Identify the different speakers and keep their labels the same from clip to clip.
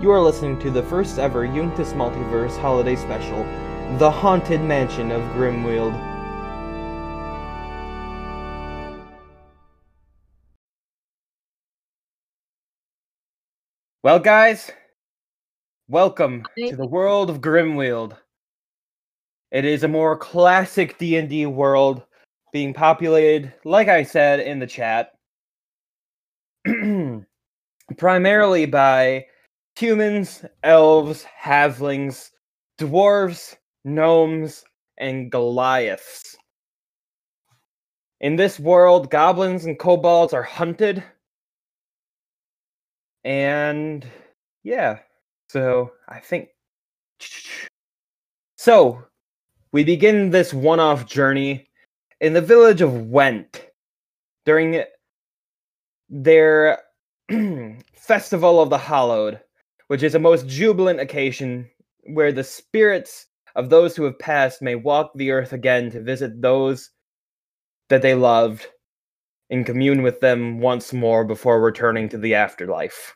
Speaker 1: You are listening to the first ever Unctus Multiverse holiday special, The Haunted Mansion of Grimwield. Well, guys, welcome to the world of Grimwield. It is a more classic D&D world being populated, like I said in the chat, primarily by humans, elves, halflings, dwarves, gnomes, and goliaths. In this world, goblins and kobolds are hunted. And yeah, so I think. So we begin this one off journey in the village of Went during their Festival of the Hollowed which is a most jubilant occasion where the spirits of those who have passed may walk the earth again to visit those that they loved and commune with them once more before returning to the afterlife.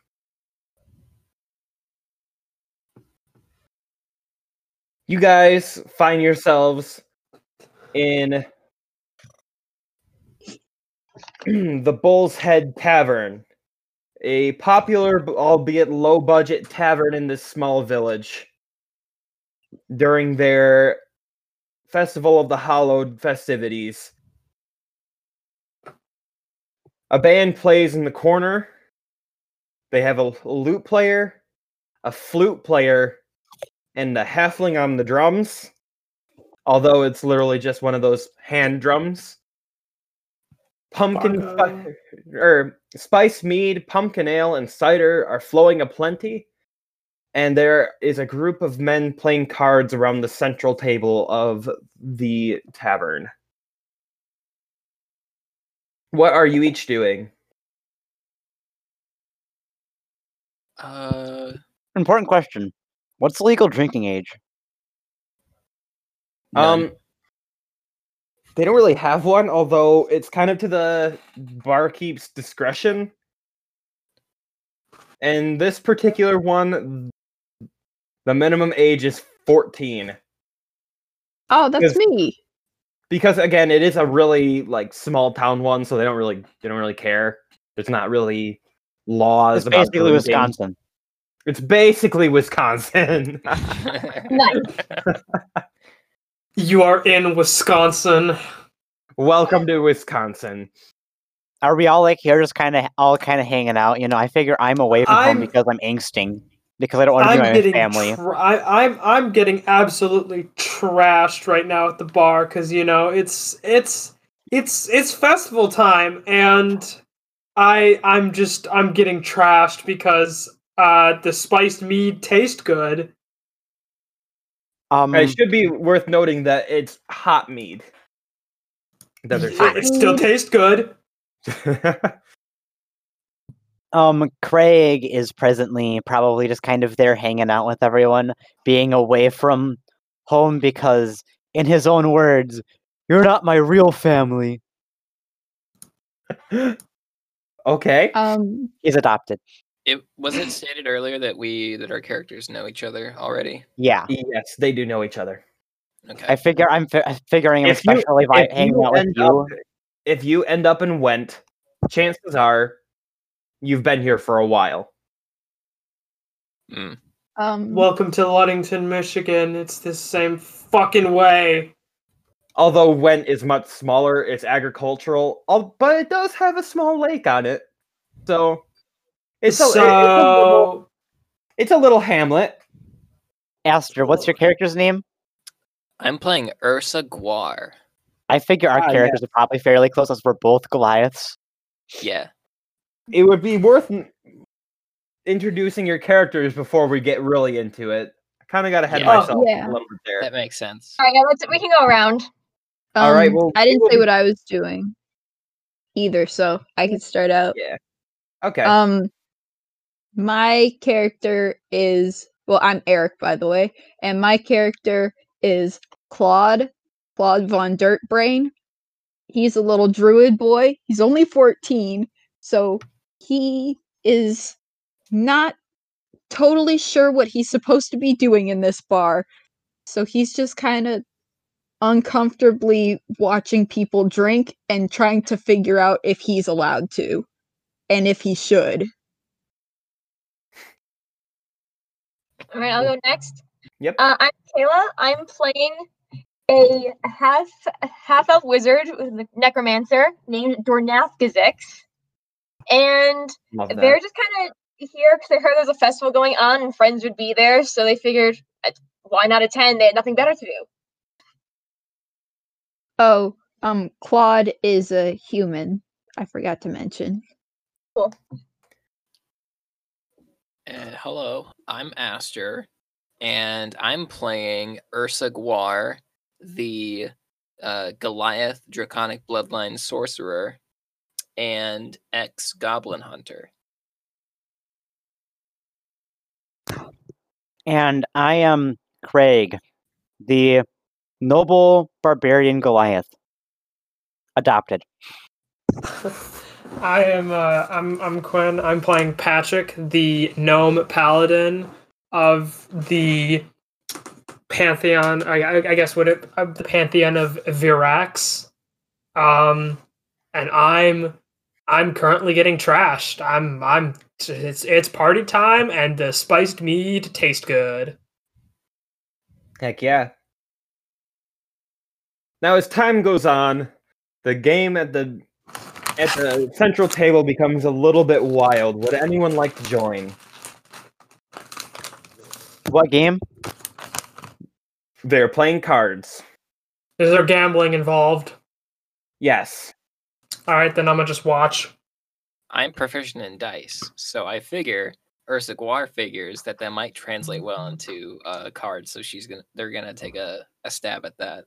Speaker 1: You guys find yourselves in the Bull's Head Tavern a popular b- albeit low budget tavern in this small village during their festival of the hollowed festivities a band plays in the corner they have a, l- a lute player a flute player and a halfling on the drums although it's literally just one of those hand drums pumpkin
Speaker 2: Bardo.
Speaker 1: fi- or spice mead, pumpkin ale, and cider are flowing aplenty. And there is a group of men playing cards around the central table of the tavern. What are you each doing?
Speaker 3: Uh,
Speaker 2: Important question. What's the legal drinking age?
Speaker 3: none.
Speaker 1: Um, they don't really have one, although it's kind of to the barkeep's discretion. And this particular one, the minimum age is 14.
Speaker 4: Oh, that's
Speaker 1: Yes.
Speaker 4: me.
Speaker 1: because again it is a really like small town one so they don't really they don't really care there's not really laws
Speaker 2: It's
Speaker 1: about
Speaker 2: basically
Speaker 1: drinking.
Speaker 2: Wisconsin.
Speaker 1: it's basically wisconsin
Speaker 4: Nice.
Speaker 5: You are in Wisconsin.
Speaker 1: welcome to wisconsin
Speaker 2: Are we all like here, just kind of all kind of hanging out? You know, I figure I'm away from
Speaker 5: I'm-
Speaker 2: home because I'm angsting because I don't want to be
Speaker 5: I'm
Speaker 2: with my
Speaker 5: getting
Speaker 2: family.
Speaker 5: tr- I, I'm I'm getting absolutely trashed right now at the bar because you know it's it's it's it's festival time and I I'm just I'm getting trashed because uh the spiced mead tastes good.
Speaker 2: Um,
Speaker 1: it should be worth noting that it's hot mead that they're
Speaker 5: It still tastes good.
Speaker 1: drinking.
Speaker 2: um, Craig is presently probably just kind of there hanging out with everyone, being away from home because, in his own words, you're not my real family.
Speaker 1: okay
Speaker 2: Uh,
Speaker 4: Um,
Speaker 2: He's adopted.
Speaker 3: it was it stated earlier that we that our characters know each other already.
Speaker 2: Yeah,
Speaker 1: yes they do know each other
Speaker 3: Okay.
Speaker 2: I figure I'm fi- figuring I'm
Speaker 1: If you-
Speaker 2: especially by
Speaker 1: if
Speaker 2: hanging
Speaker 1: you
Speaker 2: out with
Speaker 1: end
Speaker 2: you.
Speaker 1: up- if you end up in went chances are you've been here for a while
Speaker 3: Mm.
Speaker 4: um,
Speaker 5: Welcome to Ludington, Michigan. It's the same fucking way.
Speaker 1: although Went is much smaller, it's agricultural, al- but it does have a small lake on it. So it's a, it- it's a little,
Speaker 5: so
Speaker 1: it's a little hamlet.
Speaker 2: Aster, what's
Speaker 3: Oh,
Speaker 2: your character's name?
Speaker 3: I'm playing Ursa Guar.
Speaker 2: I figure our
Speaker 1: Ah, yeah.
Speaker 2: characters are probably fairly close since we're both Goliaths.
Speaker 3: Yeah.
Speaker 1: It would be worth n- introducing your characters before we get really into it. I kind of got ahead
Speaker 3: Yeah.
Speaker 1: of myself
Speaker 4: Yeah.
Speaker 1: a little bit there.
Speaker 3: That makes sense.
Speaker 6: All right, yeah, let's, we can go around.
Speaker 1: All right,
Speaker 4: um,
Speaker 1: well, we
Speaker 4: I didn't
Speaker 1: will
Speaker 4: say
Speaker 1: be-
Speaker 4: what I was doing either, so I could start out.
Speaker 1: okay.
Speaker 4: Um, my character is well, I'm Eric, by the way, and my character is Claude, Claude von Dirtbrain. He's a little druid boy. He's only 14, so he is not totally sure what he's supposed to be doing in this bar. So he's just kind of uncomfortably watching people drink and trying to figure out if he's allowed to and if he should.
Speaker 6: All right, I'll go next.
Speaker 1: Yep.
Speaker 6: Uh, I'm Kayla. I'm playing a half half elf wizard with a necromancer named Dornath Gazix. And
Speaker 1: Love
Speaker 6: they're
Speaker 1: that.
Speaker 6: just kind of here because they heard there's a festival going on and friends would be there, so they figured uh, why not attend? They had nothing better to do.
Speaker 4: Oh, um Claude is a human. I forgot to mention.
Speaker 3: And hello, I'm Aster, and I'm playing Ursa Guar, the uh, Goliath Draconic Bloodline Sorcerer and ex Goblin Hunter.
Speaker 2: And I am Craig, the noble barbarian Goliath. Adopted.
Speaker 5: I am. Uh, I'm. I'm Quinn. I'm playing Patrick, the gnome paladin of the pantheon. I, I- I guess what it of the pantheon of Virax. Um, and I'm. I'm currently getting trashed. I'm. I'm. It's it's party time, and the spiced mead tastes good.
Speaker 1: Heck yeah. Now as time goes on, the game at the at the central table becomes a little bit wild. Would anyone like to join?
Speaker 2: What game?
Speaker 1: They're playing cards.
Speaker 5: Is there gambling involved?
Speaker 1: Yes.
Speaker 5: All right, then I'm gonna just watch.
Speaker 3: I'm proficient in dice, so I figure Ursa Guar figures that that might translate well into uh, cards, so she's gonna they're gonna take a, a stab at that.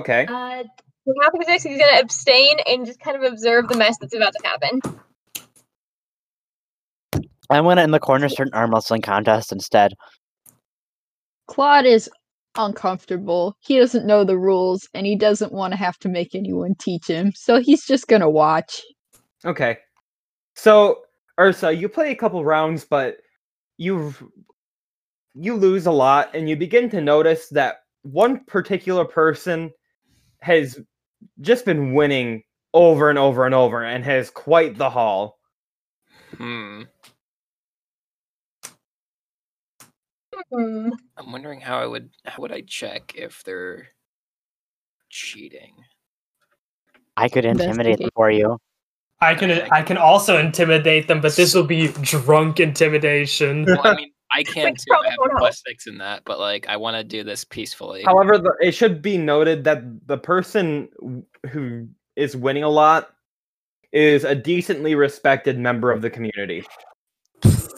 Speaker 1: Okay.
Speaker 6: Uh, Dornath Gazix is going to abstain and just kind of observe the mess that's about to happen.
Speaker 2: I went in the corner start an arm wrestling contest instead.
Speaker 4: Claude is uncomfortable. He doesn't know the rules and he doesn't want to have to make anyone teach him. So he's just going to watch.
Speaker 1: Okay. So, Ursa, you play a couple rounds, but you you lose a lot, and you begin to notice that one particular person has just been winning over and over and over, and has quite the haul.
Speaker 3: Hmm.
Speaker 6: Hmm.
Speaker 3: I'm wondering how I would how would I check if they're cheating.
Speaker 2: I could intimidate them for you.
Speaker 5: I can. I can also intimidate them, but this will be drunk intimidation.
Speaker 3: Well, I mean, I can too. I
Speaker 6: probably
Speaker 3: have
Speaker 6: won't
Speaker 3: a
Speaker 6: help.
Speaker 3: plus six in that, but like, I want to do this peacefully.
Speaker 1: However, the, it should be noted that the person w- who is winning a lot is a decently respected member of the community.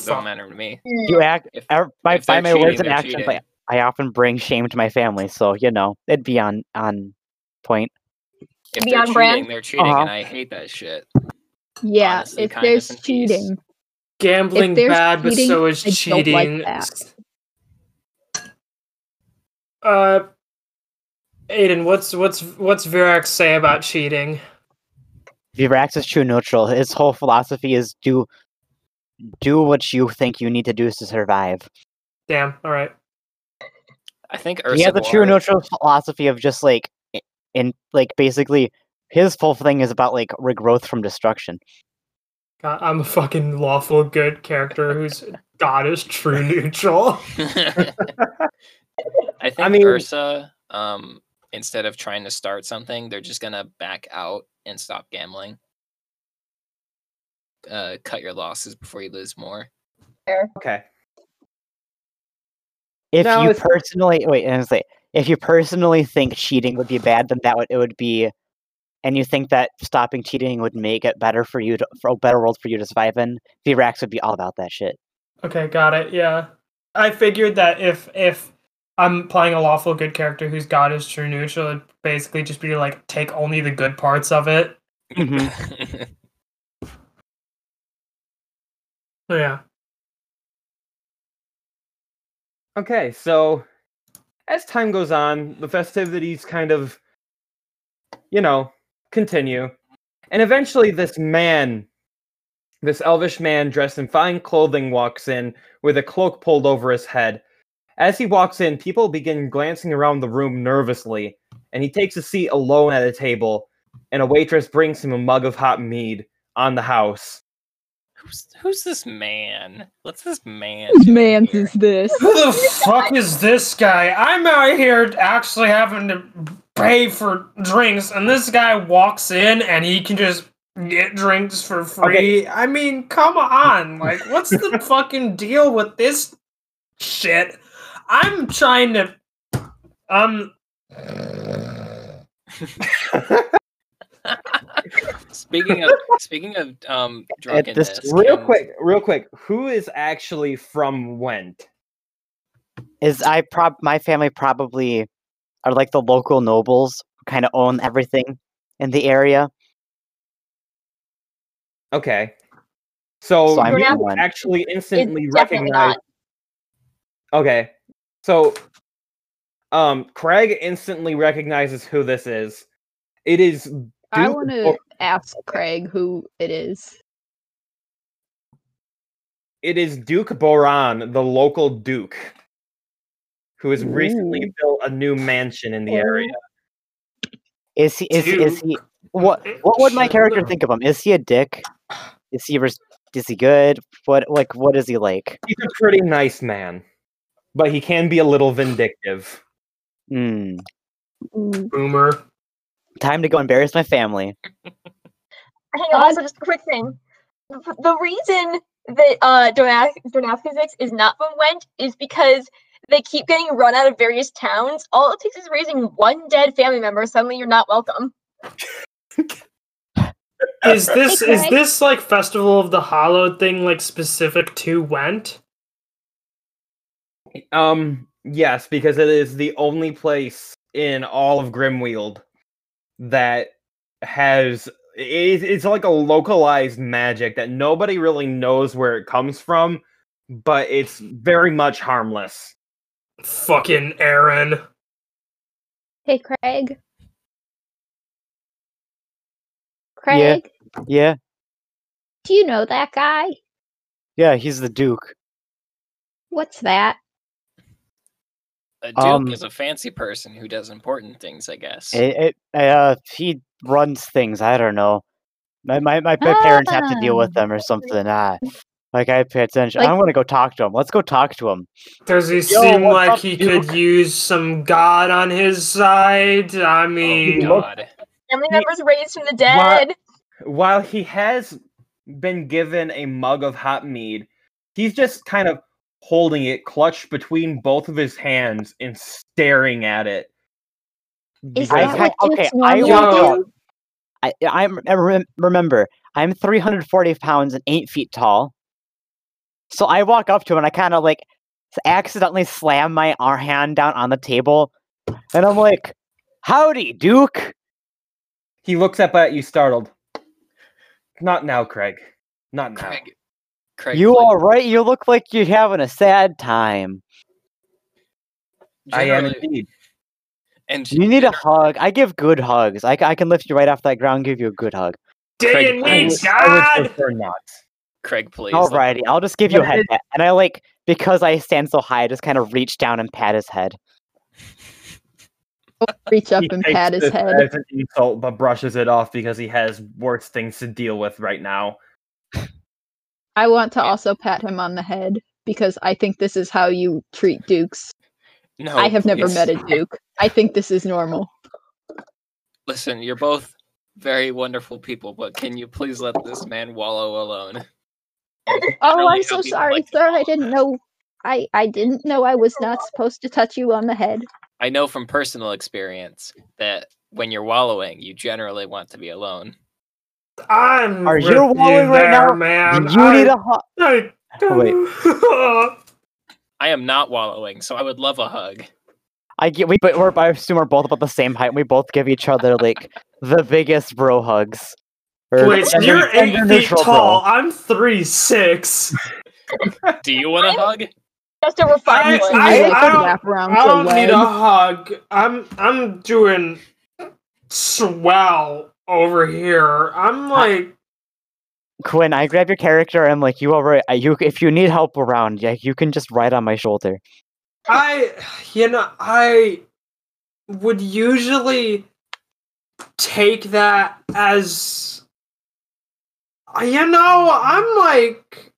Speaker 3: Don't matter to me.
Speaker 2: You act
Speaker 3: If,
Speaker 2: er, by,
Speaker 3: if
Speaker 2: by
Speaker 3: they're
Speaker 2: my words
Speaker 3: cheating,
Speaker 2: and
Speaker 3: they're
Speaker 2: actions. I,
Speaker 3: cheating.
Speaker 2: I often bring shame to my family, so you know it'd be on on point.
Speaker 3: if
Speaker 6: Be
Speaker 3: they're
Speaker 6: on
Speaker 3: cheating,
Speaker 6: brand.
Speaker 3: they're cheating,
Speaker 2: Uh-huh.
Speaker 3: and I hate that shit.
Speaker 4: Yeah,
Speaker 3: Honestly,
Speaker 4: if
Speaker 3: kindness
Speaker 4: there's
Speaker 3: and peace.
Speaker 4: cheating.
Speaker 5: Gambling
Speaker 4: If there's
Speaker 5: bad, but
Speaker 4: cheating,
Speaker 5: so is
Speaker 4: I don't like
Speaker 5: cheating.
Speaker 4: that.
Speaker 5: Uh, Aiden, what's what's what's Virax say about cheating?
Speaker 2: Virax is true neutral. His whole philosophy is do do what you think you need to do to survive.
Speaker 5: Damn. All right.
Speaker 3: I think
Speaker 2: he
Speaker 3: Ursa
Speaker 2: has a true
Speaker 3: Guar-
Speaker 2: neutral philosophy of just like i- in like basically his whole thing is about like regrowth from destruction.
Speaker 5: God, I'm a fucking lawful good character whose god is true neutral.
Speaker 3: I think
Speaker 1: mean-
Speaker 3: Ursa, um, instead of trying to start something, they're just gonna back out and stop gambling. Uh, cut your losses before you lose more.
Speaker 1: Okay.
Speaker 2: If
Speaker 1: No,
Speaker 2: you
Speaker 1: it's-
Speaker 2: personally wait, and say if you personally think cheating would be bad, then that would it would be, and you think that stopping cheating would make it better for you to for a better world for you to survive in, Virax would be all about that shit.
Speaker 5: Okay, got it. Yeah, I figured that if if I'm playing a lawful good character whose god is true neutral, it'd basically just be like take only the good parts of it.
Speaker 1: Mm-hmm.
Speaker 2: Mhm.
Speaker 5: Yeah.
Speaker 1: Okay, so as time goes on, the festivities kind of, you know, continue. And eventually, this man This elvish man dressed in fine clothing walks in with a cloak pulled over his head. As he walks in, people begin glancing around the room nervously, and he takes a seat alone at a table, and a waitress brings him a mug of hot mead on the house.
Speaker 3: Who's who's this man? What's this man?
Speaker 4: Whose
Speaker 3: doing
Speaker 4: man
Speaker 3: here?
Speaker 4: is this?
Speaker 5: Who the fuck is this guy? I'm out here actually having to pay for drinks, and this guy walks in and he can just get drinks for free. I mean, come on. Like, what's the fucking deal with this shit? I'm trying to. Um.
Speaker 3: Speaking of speaking of um
Speaker 2: At this-
Speaker 3: drunkenness,
Speaker 1: Real
Speaker 3: can-
Speaker 1: quick, real quick, who is actually from Went?
Speaker 2: Is I prob my family probably are like the local nobles, kind of own everything in the area.
Speaker 1: Okay. So,
Speaker 2: So I'm
Speaker 1: you
Speaker 6: from
Speaker 2: Went.
Speaker 1: actually instantly
Speaker 6: definitely
Speaker 1: recognize
Speaker 6: not.
Speaker 1: Okay. So um Craig instantly recognizes who this is. It is
Speaker 4: I
Speaker 1: Duke
Speaker 4: want to
Speaker 1: Bo-
Speaker 4: ask Craig who it is.
Speaker 1: it is Duke Boran, the local duke, who has recently built a new mansion in the area.
Speaker 2: Is he? Is, he- is he?
Speaker 5: Duke.
Speaker 2: What? What would my character
Speaker 5: Sure.
Speaker 2: think of him? Is he a dick? Is he? Res- is he good? What? Like, what is he like?
Speaker 1: He's a pretty nice man, but he can be a little vindictive.
Speaker 2: Hmm.
Speaker 4: Mm.
Speaker 5: Boomer.
Speaker 2: Time to go embarrass my family.
Speaker 6: Hang on, also just a quick thing. The the reason that uh Donaskazix is not from Went is because they keep getting run out of various towns. All it takes is raising one dead family member, suddenly you're not welcome.
Speaker 5: Is this
Speaker 4: Hey,
Speaker 5: is
Speaker 4: Craig.
Speaker 5: this like Festival of the Hollow thing like specific to Went?
Speaker 1: Um, yes, because it is the only place in all of Grimwield that has it, it's like a localized magic that nobody really knows where it comes from, but it's very much harmless.
Speaker 5: Fucking Aaron.
Speaker 4: Hey, Craig. Craig,
Speaker 2: Yeah.
Speaker 4: do you know that guy?
Speaker 2: Yeah. He's the duke.
Speaker 4: What's that?
Speaker 3: a duke
Speaker 2: Um,
Speaker 3: is a fancy person who does important things, I guess.
Speaker 2: It, it, uh, he runs things. I don't know. My my, my pa- parents have to deal with them or something. Ah, like I pay attention. I
Speaker 4: Like-
Speaker 2: want to go talk to him. Let's go talk to him.
Speaker 5: Does he
Speaker 2: Yo,
Speaker 5: seem
Speaker 2: what's
Speaker 5: like
Speaker 2: up,
Speaker 5: he
Speaker 2: Duke?
Speaker 5: could use some god on his side? I
Speaker 3: oh
Speaker 5: mean,
Speaker 3: God!
Speaker 6: Family
Speaker 1: Ye-
Speaker 6: members raised from the
Speaker 1: Why-
Speaker 6: dead.
Speaker 1: While he has been given a mug of hot mead, he's just kind of holding it clutched between both of his hands and staring at it.
Speaker 4: Is
Speaker 1: because-
Speaker 4: that what
Speaker 2: okay,
Speaker 4: Dukes
Speaker 2: I
Speaker 4: normally
Speaker 2: want
Speaker 4: do?
Speaker 5: yo,
Speaker 2: to- I I'm I rem- remember I'm 340 pounds and eight feet tall. So I walk up to him and I kind of like s- accidentally slam my ar- hand down on the table, and I'm like, "Howdy, Duke."
Speaker 1: He looks up at you, startled. Not now, Craig. Not now.
Speaker 3: Craig, Craig,
Speaker 2: You
Speaker 3: like,
Speaker 2: all right? You look like you're having a sad time.
Speaker 1: I am
Speaker 3: generally-
Speaker 1: indeed.
Speaker 3: And
Speaker 2: You need a hug. I give good hugs. I, c- I can lift you right off that ground, give you a good hug.
Speaker 5: do
Speaker 3: Craig,
Speaker 5: you
Speaker 1: I
Speaker 5: need
Speaker 1: would- I would
Speaker 5: god?
Speaker 1: prefer not.
Speaker 3: Craig, please. like,
Speaker 2: Alrighty, I'll just give you a
Speaker 1: But
Speaker 2: head
Speaker 1: it-
Speaker 2: pat. And I like because I stand so high, I just kind of reach down and pat his head.
Speaker 4: Reach up
Speaker 1: He
Speaker 4: and
Speaker 1: takes
Speaker 4: pat his
Speaker 1: this
Speaker 4: head.
Speaker 1: as an insult, but brushes it off because he has worse things to deal with right now.
Speaker 4: I want to also pat him on the head because I think this is how you treat dukes.
Speaker 3: No,
Speaker 5: Oh,
Speaker 4: I have never
Speaker 3: please.
Speaker 4: met a duke. I think this is normal.
Speaker 3: Listen, you're both very wonderful people, but can you please let this man wallow alone?
Speaker 4: Oh,
Speaker 3: Really
Speaker 4: I'm
Speaker 3: how
Speaker 4: so
Speaker 3: people
Speaker 4: sorry,
Speaker 3: like to
Speaker 4: sir. I
Speaker 3: follow
Speaker 4: didn't
Speaker 3: that.
Speaker 4: know. I I didn't know I was not supposed to touch you on the head.
Speaker 3: I know from personal experience that when you're wallowing, you generally want to be alone.
Speaker 5: I'm
Speaker 2: Are
Speaker 5: with
Speaker 2: you wallowing right
Speaker 5: there,
Speaker 2: now?
Speaker 5: man?
Speaker 2: you need a hug.
Speaker 5: I,
Speaker 2: Oh, wait.
Speaker 5: I-
Speaker 3: I am not wallowing, so I would love a hug.
Speaker 2: I get we but we're I assume we're both about the same height. and We both give each other like the biggest bro hugs. Or
Speaker 5: Wait,
Speaker 2: gender-
Speaker 5: you're eight
Speaker 2: gender
Speaker 5: feet
Speaker 2: neutral bro.
Speaker 5: tall. I'm three six.
Speaker 3: Do you want a
Speaker 6: I'm-
Speaker 3: hug?
Speaker 6: Just over
Speaker 5: I-
Speaker 6: five
Speaker 4: Usually
Speaker 5: I-
Speaker 4: they can
Speaker 5: don't-
Speaker 4: wrap around
Speaker 5: I
Speaker 4: to
Speaker 5: don't need a
Speaker 4: leg.
Speaker 5: hug. I'm I'm doing swell over here. I'm like
Speaker 2: Quinn, I grab your character. I'm like, you already. You, if you need help around, yeah, you can just ride on my shoulder.
Speaker 5: I, you know, I would usually take that as, you know, I'm like,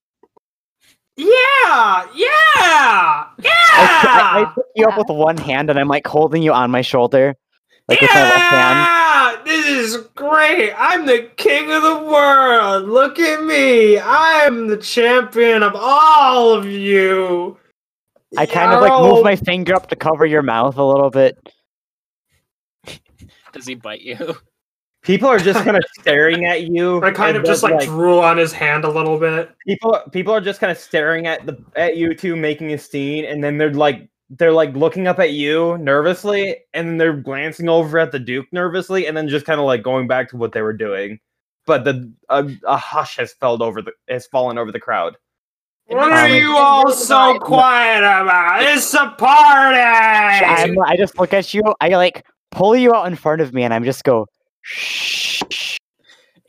Speaker 5: yeah, yeah, yeah.
Speaker 2: I, I, I pick you up with one hand, and I'm like holding you on my shoulder, like with my left hand.
Speaker 5: Yeah, this is great. I'm the king of the world. Look at me. I'm the champion of all of you.
Speaker 2: I kind of like move
Speaker 5: Yo.
Speaker 2: my finger up to cover your mouth a little bit.
Speaker 3: Does he bite you?
Speaker 1: People are just kind of staring at you.
Speaker 5: I kind
Speaker 1: and
Speaker 5: of just
Speaker 1: then,
Speaker 5: like, drool on his hand a little bit.
Speaker 1: people people are just kind of staring at the at you two making a scene and then they're like they're like looking up at you nervously and then they're glancing over at the duke nervously and then just kind of like going back to what they were doing but the a, a hush has felled over the has fallen over the crowd
Speaker 5: What
Speaker 2: Um,
Speaker 5: are you all so quiet about? It's a party.
Speaker 2: I'm, I just look at you. I like pull you out in front of me, and I'm just go. Shh.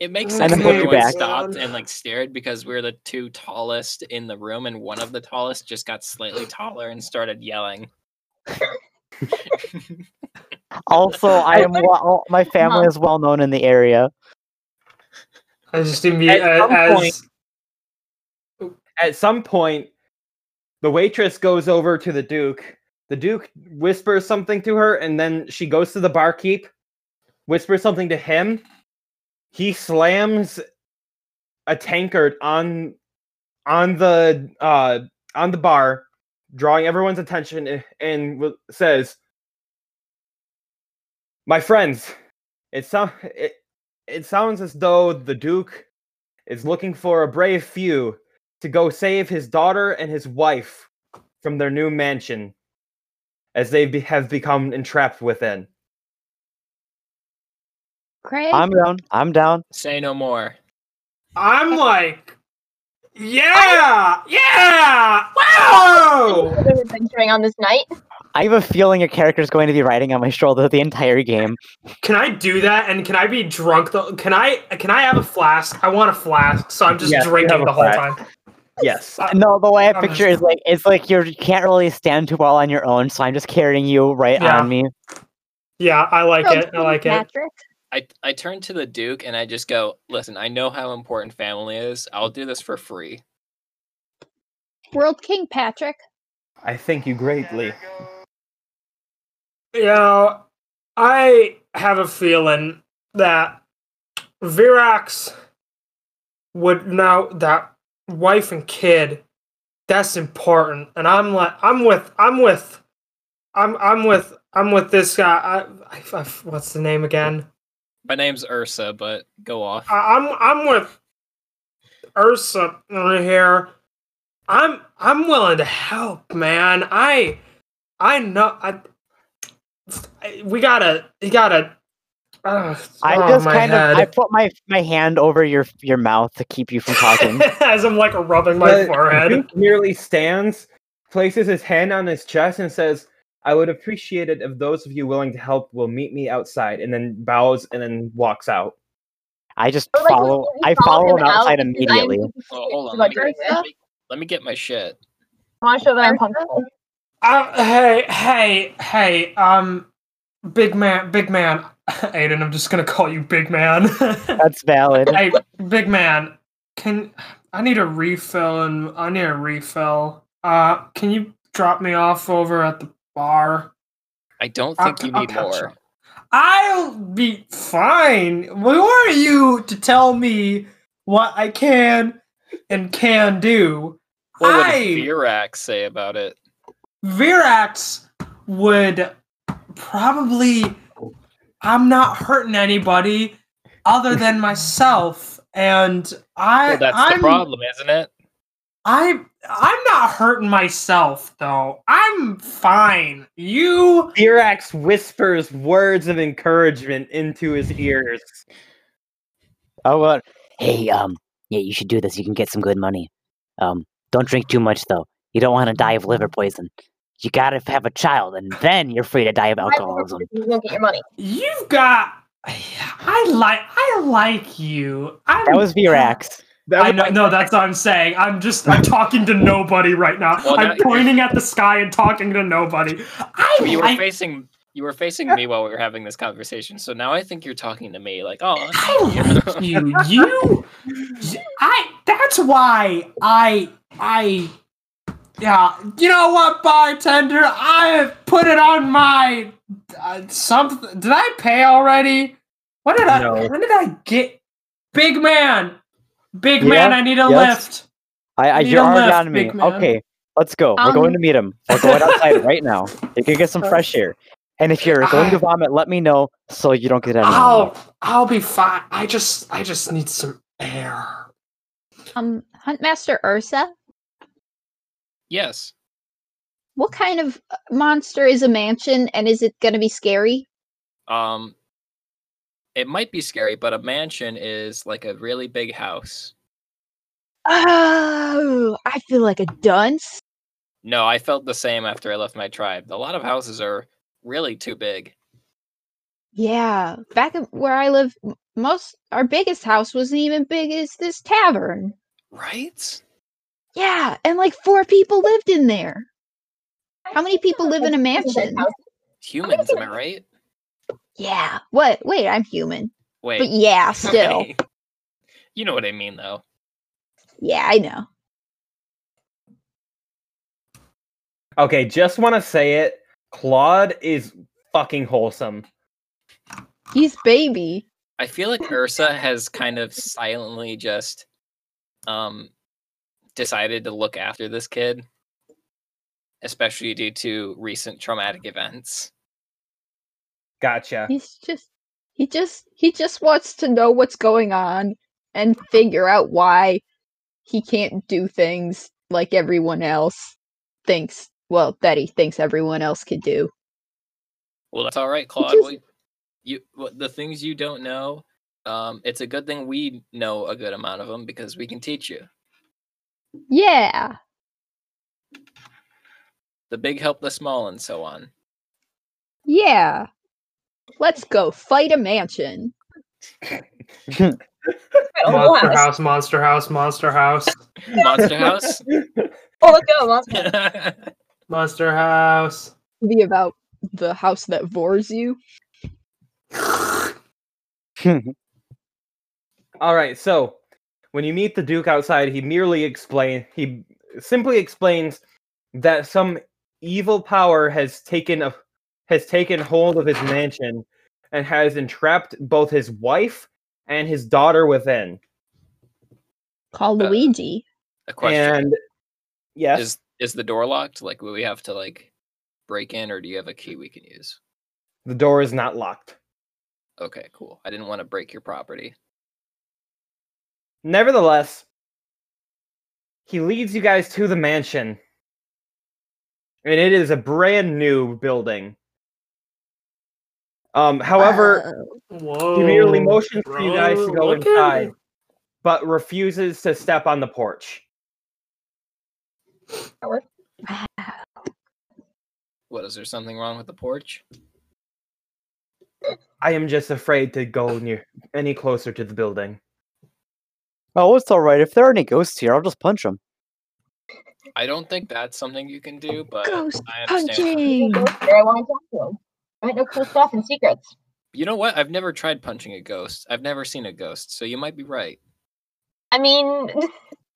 Speaker 3: It makes sense
Speaker 5: And
Speaker 2: then
Speaker 3: that
Speaker 2: hold you
Speaker 3: everyone
Speaker 2: back.
Speaker 3: stopped and like stared because we're the two tallest in the room, and one of the tallest just got slightly taller and started yelling.
Speaker 2: Also, I am well, my family
Speaker 6: Huh.
Speaker 2: is well known in the area.
Speaker 5: I just imme-
Speaker 1: At
Speaker 5: uh,
Speaker 1: some
Speaker 5: as
Speaker 1: point- at some point the waitress goes over to the duke the duke whispers something to her and then she goes to the barkeep whispers something to him he slams a tankard on on the uh on the bar drawing everyone's attention a- and w- says my friends it so- it, it sounds as though the duke is looking for a brave few to go save his daughter and his wife from their new mansion as they be- have become entrapped within.
Speaker 4: Craig,
Speaker 2: I'm down. I'm down.
Speaker 3: Say no more.
Speaker 5: I'm like, yeah, yeah, wow.
Speaker 6: They're adventuring on this night.
Speaker 2: I have a feeling your character is going to be riding on my shoulder the entire game.
Speaker 5: Can I do that? And can I be drunk? The- can I? Can I have a flask? I want a flask, so I'm just
Speaker 1: Yes, you have
Speaker 5: drinking
Speaker 1: a
Speaker 5: the whole
Speaker 1: flask.
Speaker 5: time.
Speaker 1: Yes.
Speaker 2: No, the way I
Speaker 5: I'm
Speaker 2: picture is like it's like you're, you can't really stand too well on your own, so I'm just carrying you right
Speaker 5: Yeah.
Speaker 2: on me.
Speaker 5: Yeah, I like
Speaker 6: World
Speaker 5: it. I
Speaker 6: King
Speaker 5: like it.
Speaker 6: Patrick.
Speaker 3: I I turn to the Duke and I just go, listen, I know how important family is. I'll do this for free.
Speaker 4: World King Patrick.
Speaker 1: I thank you greatly.
Speaker 5: You know, I have a feeling that Virax would know that wife and kid. That's important, and I'm like, I'm with, I'm with, I'm, I'm with, I'm with this guy. I, I, I what's the name again?
Speaker 3: My name's Ursa, but go off.
Speaker 5: I- I'm I'm with Ursa right here. I'm I'm willing to help, man. I I know I, I- we gotta you gotta. Uh,
Speaker 2: I
Speaker 5: oh,
Speaker 2: just
Speaker 5: my
Speaker 2: kind
Speaker 5: head.
Speaker 2: of I put my my hand over your your mouth to keep you from talking.
Speaker 5: as I'm like rubbing my
Speaker 1: The
Speaker 5: forehead.
Speaker 1: Duke merely stands, places his hand on his chest, and says, I would appreciate it if those of you willing to help will meet me outside, and then bows and then walks out.
Speaker 2: I just
Speaker 6: But, like, we
Speaker 2: follow
Speaker 6: didn't
Speaker 2: I
Speaker 6: follow
Speaker 2: follow
Speaker 6: him
Speaker 2: him outside
Speaker 6: out because I'm
Speaker 2: immediately.
Speaker 6: too
Speaker 3: Oh, hold on. Let me,
Speaker 6: confused about doing
Speaker 3: let
Speaker 6: that.
Speaker 3: me let me get my shit.
Speaker 6: I want to show that I'm punctual.
Speaker 5: Uh, hey hey hey um, big man big man, Aiden. I'm just gonna call you big man.
Speaker 2: That's valid.
Speaker 5: hey big man, can I need a refill and I need a refill. Uh, can you drop me off over at the bar?
Speaker 3: I don't
Speaker 5: I'll-
Speaker 3: think you
Speaker 5: I'll
Speaker 3: need
Speaker 5: catch
Speaker 3: more.
Speaker 5: up. I'll be fine. Who are you to tell me what I can and can do?
Speaker 3: What would
Speaker 5: I-
Speaker 3: Virax say about it?
Speaker 5: Virax would probably. I'm not hurting anybody other than myself, and I.
Speaker 3: Well, that's
Speaker 5: Uh, I'm,
Speaker 3: the problem, isn't it?
Speaker 5: I I'm not hurting myself though. I'm fine. You
Speaker 1: Virax whispers words of encouragement into his ears.
Speaker 2: Oh well. Hey, um, yeah, you should do this. You can get some good money. Um, don't drink too much though. You don't want to die of liver poison. You gotta have a child, and then you're free to die of alcoholism.
Speaker 6: You won't get your money.
Speaker 5: you've got I like I like you. I'm,
Speaker 2: That was Virax.
Speaker 1: That
Speaker 5: I
Speaker 1: was
Speaker 5: know,
Speaker 1: my-
Speaker 5: no, that's what I'm saying. I'm just, I'm talking to nobody right now.
Speaker 3: Well,
Speaker 5: I'm
Speaker 3: that-
Speaker 5: pointing at the sky and talking to nobody. I,
Speaker 3: you were
Speaker 5: like,
Speaker 3: facing you were facing me while we were having this conversation. So now I think you're talking to me. Like, oh,
Speaker 5: I like you. You, I. That's why I, I. Yeah, you know what, bartender? I have put it on my uh, something. Did I pay already? What did I?
Speaker 1: No.
Speaker 5: When did I get? Big man, big man,
Speaker 2: Yeah,
Speaker 5: I need a
Speaker 2: yes.
Speaker 5: lift.
Speaker 2: I, I
Speaker 5: Meet
Speaker 2: you're
Speaker 5: him
Speaker 2: already
Speaker 5: left,
Speaker 2: on me.
Speaker 5: big man.
Speaker 2: Okay, let's go. We're going
Speaker 4: Um,
Speaker 2: to meet him. We're going outside right now. You can get some fresh air. And if you're going
Speaker 5: I-
Speaker 2: to vomit, let me know so you don't get any. more.
Speaker 5: I'll, I'll be fine. I just, I just need some air.
Speaker 4: Um, Huntmaster Ursa,
Speaker 3: yes.
Speaker 4: what kind of uh, monster is a mansion, and is it gonna be scary?
Speaker 3: Um, it might be scary, but a mansion is like a really big house.
Speaker 4: Oh, I feel like a dunce.
Speaker 3: No, I felt the same after I left my tribe. A lot of houses are really too big.
Speaker 4: Yeah, back in- where I live, m- most our biggest house wasn't even big as this tavern.
Speaker 3: Right?
Speaker 4: Yeah, and like four people lived in there. How many people live in a mansion?
Speaker 3: Humans, am I right?
Speaker 4: Yeah. What? Wait, I'm human,
Speaker 3: Wait.
Speaker 4: but yeah, still.
Speaker 3: wait. You know what I mean, though.
Speaker 4: Yeah, I know.
Speaker 1: Okay, just want to say it. Claude is fucking wholesome.
Speaker 4: He's baby.
Speaker 3: I feel like Ursa has kind of silently just um decided to look after this kid, especially due to recent traumatic events.
Speaker 1: Gotcha.
Speaker 4: He's just he just he just wants to know what's going on and figure out why he can't do things like everyone else thinks well that he thinks everyone else could do.
Speaker 3: Well, that's all right, Claude.
Speaker 4: is-
Speaker 3: We, you what- the things you don't know. Um, it's a good thing we know a good amount of them because we can teach you.
Speaker 4: Yeah.
Speaker 3: The big help the small and so on.
Speaker 4: Yeah. Let's go fight a mansion.
Speaker 6: Oh,
Speaker 5: Monster house, monster house, monster house,
Speaker 3: Monster House.
Speaker 6: Oh, let's go, monster.
Speaker 5: monster house.
Speaker 4: Be about the house that vores you.
Speaker 1: All right, so when you meet the Duke outside, he merely explain he simply explains that some evil power has taken a, has taken hold of his mansion and has entrapped both his wife and his daughter within.
Speaker 4: Call
Speaker 3: Uh,
Speaker 4: Luigi.
Speaker 3: A question.
Speaker 1: And yes,
Speaker 3: Is is the door locked? Like, will we have to like break in, or do you have a key we can use?
Speaker 1: the door is not locked.
Speaker 3: Okay, cool. I didn't want to break your property.
Speaker 1: Nevertheless, he leads you guys to the mansion. And it is a brand new building. Um, however,
Speaker 4: Uh,
Speaker 5: Whoa!
Speaker 1: He merely motions for you guys to
Speaker 5: bro,
Speaker 1: go
Speaker 5: look at
Speaker 1: inside,
Speaker 5: him.
Speaker 1: but refuses to step on the porch.
Speaker 4: Wow.
Speaker 3: What is there something wrong with the porch?
Speaker 1: I am just afraid to go near any closer to the building.
Speaker 2: oh, it's all right. If there are any ghosts here, I'll just punch them.
Speaker 3: I don't think that's something you can do, but
Speaker 4: Oh, Ghost
Speaker 3: I understand.
Speaker 4: punching.
Speaker 6: I want to talk to him. I might know cool stuff and secrets.
Speaker 3: You know what? I've never tried punching a ghost. I've never seen a ghost, so you might be right.
Speaker 6: I mean,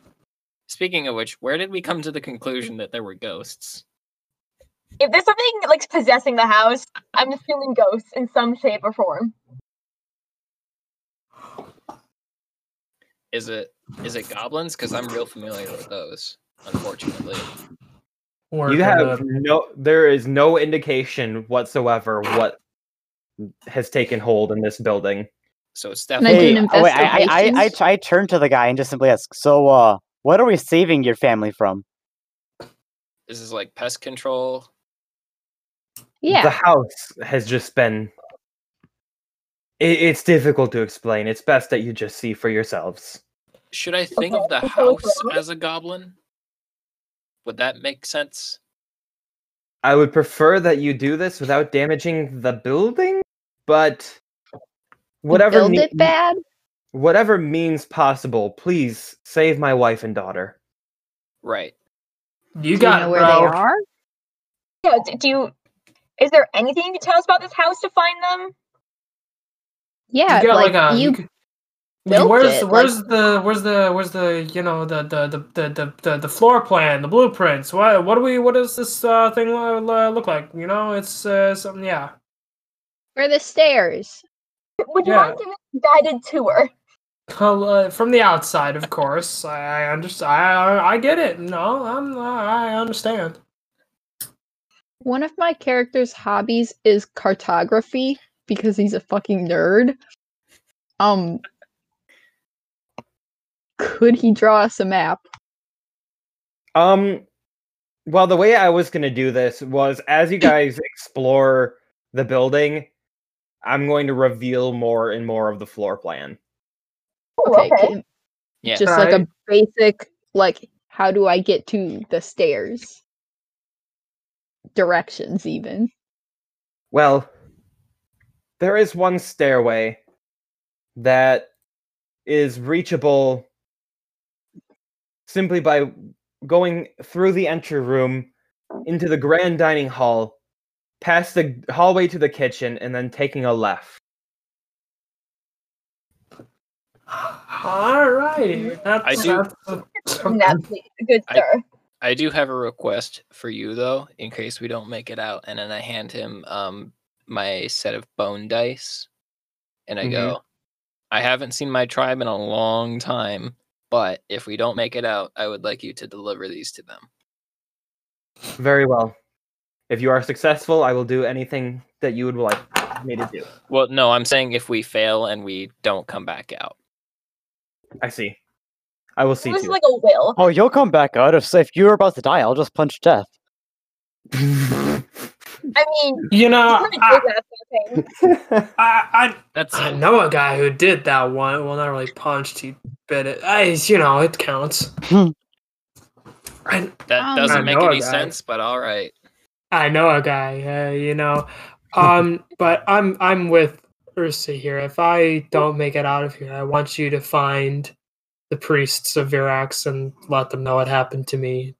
Speaker 3: Speaking of which, where did we come to the conclusion that there were ghosts?
Speaker 6: if there's something like possessing the house, I'm assuming ghosts in some shape or form.
Speaker 3: Is it is it goblins? Because I'm real familiar with those, unfortunately.
Speaker 5: Working
Speaker 1: you have
Speaker 5: the-
Speaker 1: no there is no indication whatsoever what has taken hold in this building.
Speaker 3: So it's
Speaker 4: I do
Speaker 3: definitely
Speaker 4: an
Speaker 2: oh, wait, I, I, I, I,
Speaker 4: investigation?
Speaker 2: I turn to the guy and just simply ask, so, uh, what are we saving your family from?
Speaker 3: this is like pest control.
Speaker 1: The
Speaker 4: Yeah.
Speaker 1: house has just been it, it's difficult to explain. It's best that you just see for yourselves.
Speaker 3: Should I think of the
Speaker 6: Okay, so it's
Speaker 3: house
Speaker 6: wrong?
Speaker 3: as a goblin? Would that make sense?
Speaker 1: I would prefer that you do this without damaging the building, but
Speaker 4: You
Speaker 1: whatever
Speaker 4: build
Speaker 1: ne-
Speaker 4: it bad.
Speaker 1: Whatever means possible, please save my wife and daughter.
Speaker 3: Right.
Speaker 5: You
Speaker 4: Do you
Speaker 5: got
Speaker 4: know
Speaker 5: it,
Speaker 4: where
Speaker 5: bro.
Speaker 4: they are?
Speaker 6: Yeah, d- do you? Is there anything you can tell us about this house to find them?
Speaker 4: Yeah,
Speaker 5: you got
Speaker 4: like,
Speaker 5: like, a
Speaker 4: you.
Speaker 5: c-
Speaker 4: built
Speaker 5: where's
Speaker 4: it,
Speaker 5: where's the where's the where's the you know the the the the the, the, the floor plan the blueprints what what do we what does this uh, thing lo- lo- look like you know it's uh, something yeah
Speaker 4: where the stairs?
Speaker 6: Would you
Speaker 5: Yeah.
Speaker 6: mind giving a guided tour?
Speaker 5: Well, uh, from the outside of course I, I understand I, I I get it no I'm uh, I understand
Speaker 4: One of my character's hobbies is cartography because he's a fucking nerd. Um, could he draw us a map?
Speaker 1: Um, well, the way I was going to do this was as you guys explore the building, I'm going to reveal more and more of the floor plan.
Speaker 6: Ooh,
Speaker 4: Okay,
Speaker 6: Oh, okay.
Speaker 4: can-
Speaker 3: Yeah.
Speaker 4: just like a basic, like how do I get to the stairs? Directions, even.
Speaker 1: Well, there is one stairway that is reachable simply by going through the entry room into the grand dining hall, past the hallway to the kitchen, and then taking a left.
Speaker 5: all right that's,
Speaker 3: I do-
Speaker 5: that's-
Speaker 6: No, please, good
Speaker 3: I-
Speaker 6: sir.
Speaker 3: I do have a request for you though, in case we don't make it out. And then I hand him um my set of bone dice, and I
Speaker 1: Mhm.
Speaker 3: go, I haven't seen my tribe in a long time, but if we don't make it out, I would like you to deliver these to them.
Speaker 1: Very well. If you are successful, I will do anything that you would like me to do.
Speaker 3: Well, no, I'm saying if we fail and we don't come back out.
Speaker 1: I see. I will see
Speaker 6: This is
Speaker 1: you.
Speaker 6: like a will.
Speaker 2: Oh, you'll come back out if if you're about to die. I'll just punch death.
Speaker 5: Oh.
Speaker 6: I mean,
Speaker 5: you know
Speaker 6: it's
Speaker 5: I,
Speaker 6: really good at
Speaker 5: I I
Speaker 3: That's
Speaker 5: I know a guy who did that one. Well, not really punched. He bit it. I, it's, you know, it counts.
Speaker 2: Hmm.
Speaker 5: I,
Speaker 3: that
Speaker 6: Oh,
Speaker 4: Um,
Speaker 5: I
Speaker 3: doesn't make
Speaker 5: know
Speaker 3: any
Speaker 5: that.
Speaker 3: sense, but all right.
Speaker 5: I know a guy. Uh, you know, um, but I'm I'm with Ursa here. If I don't make it out of here, I want you to find the priests of Virax and let them know what happened to me.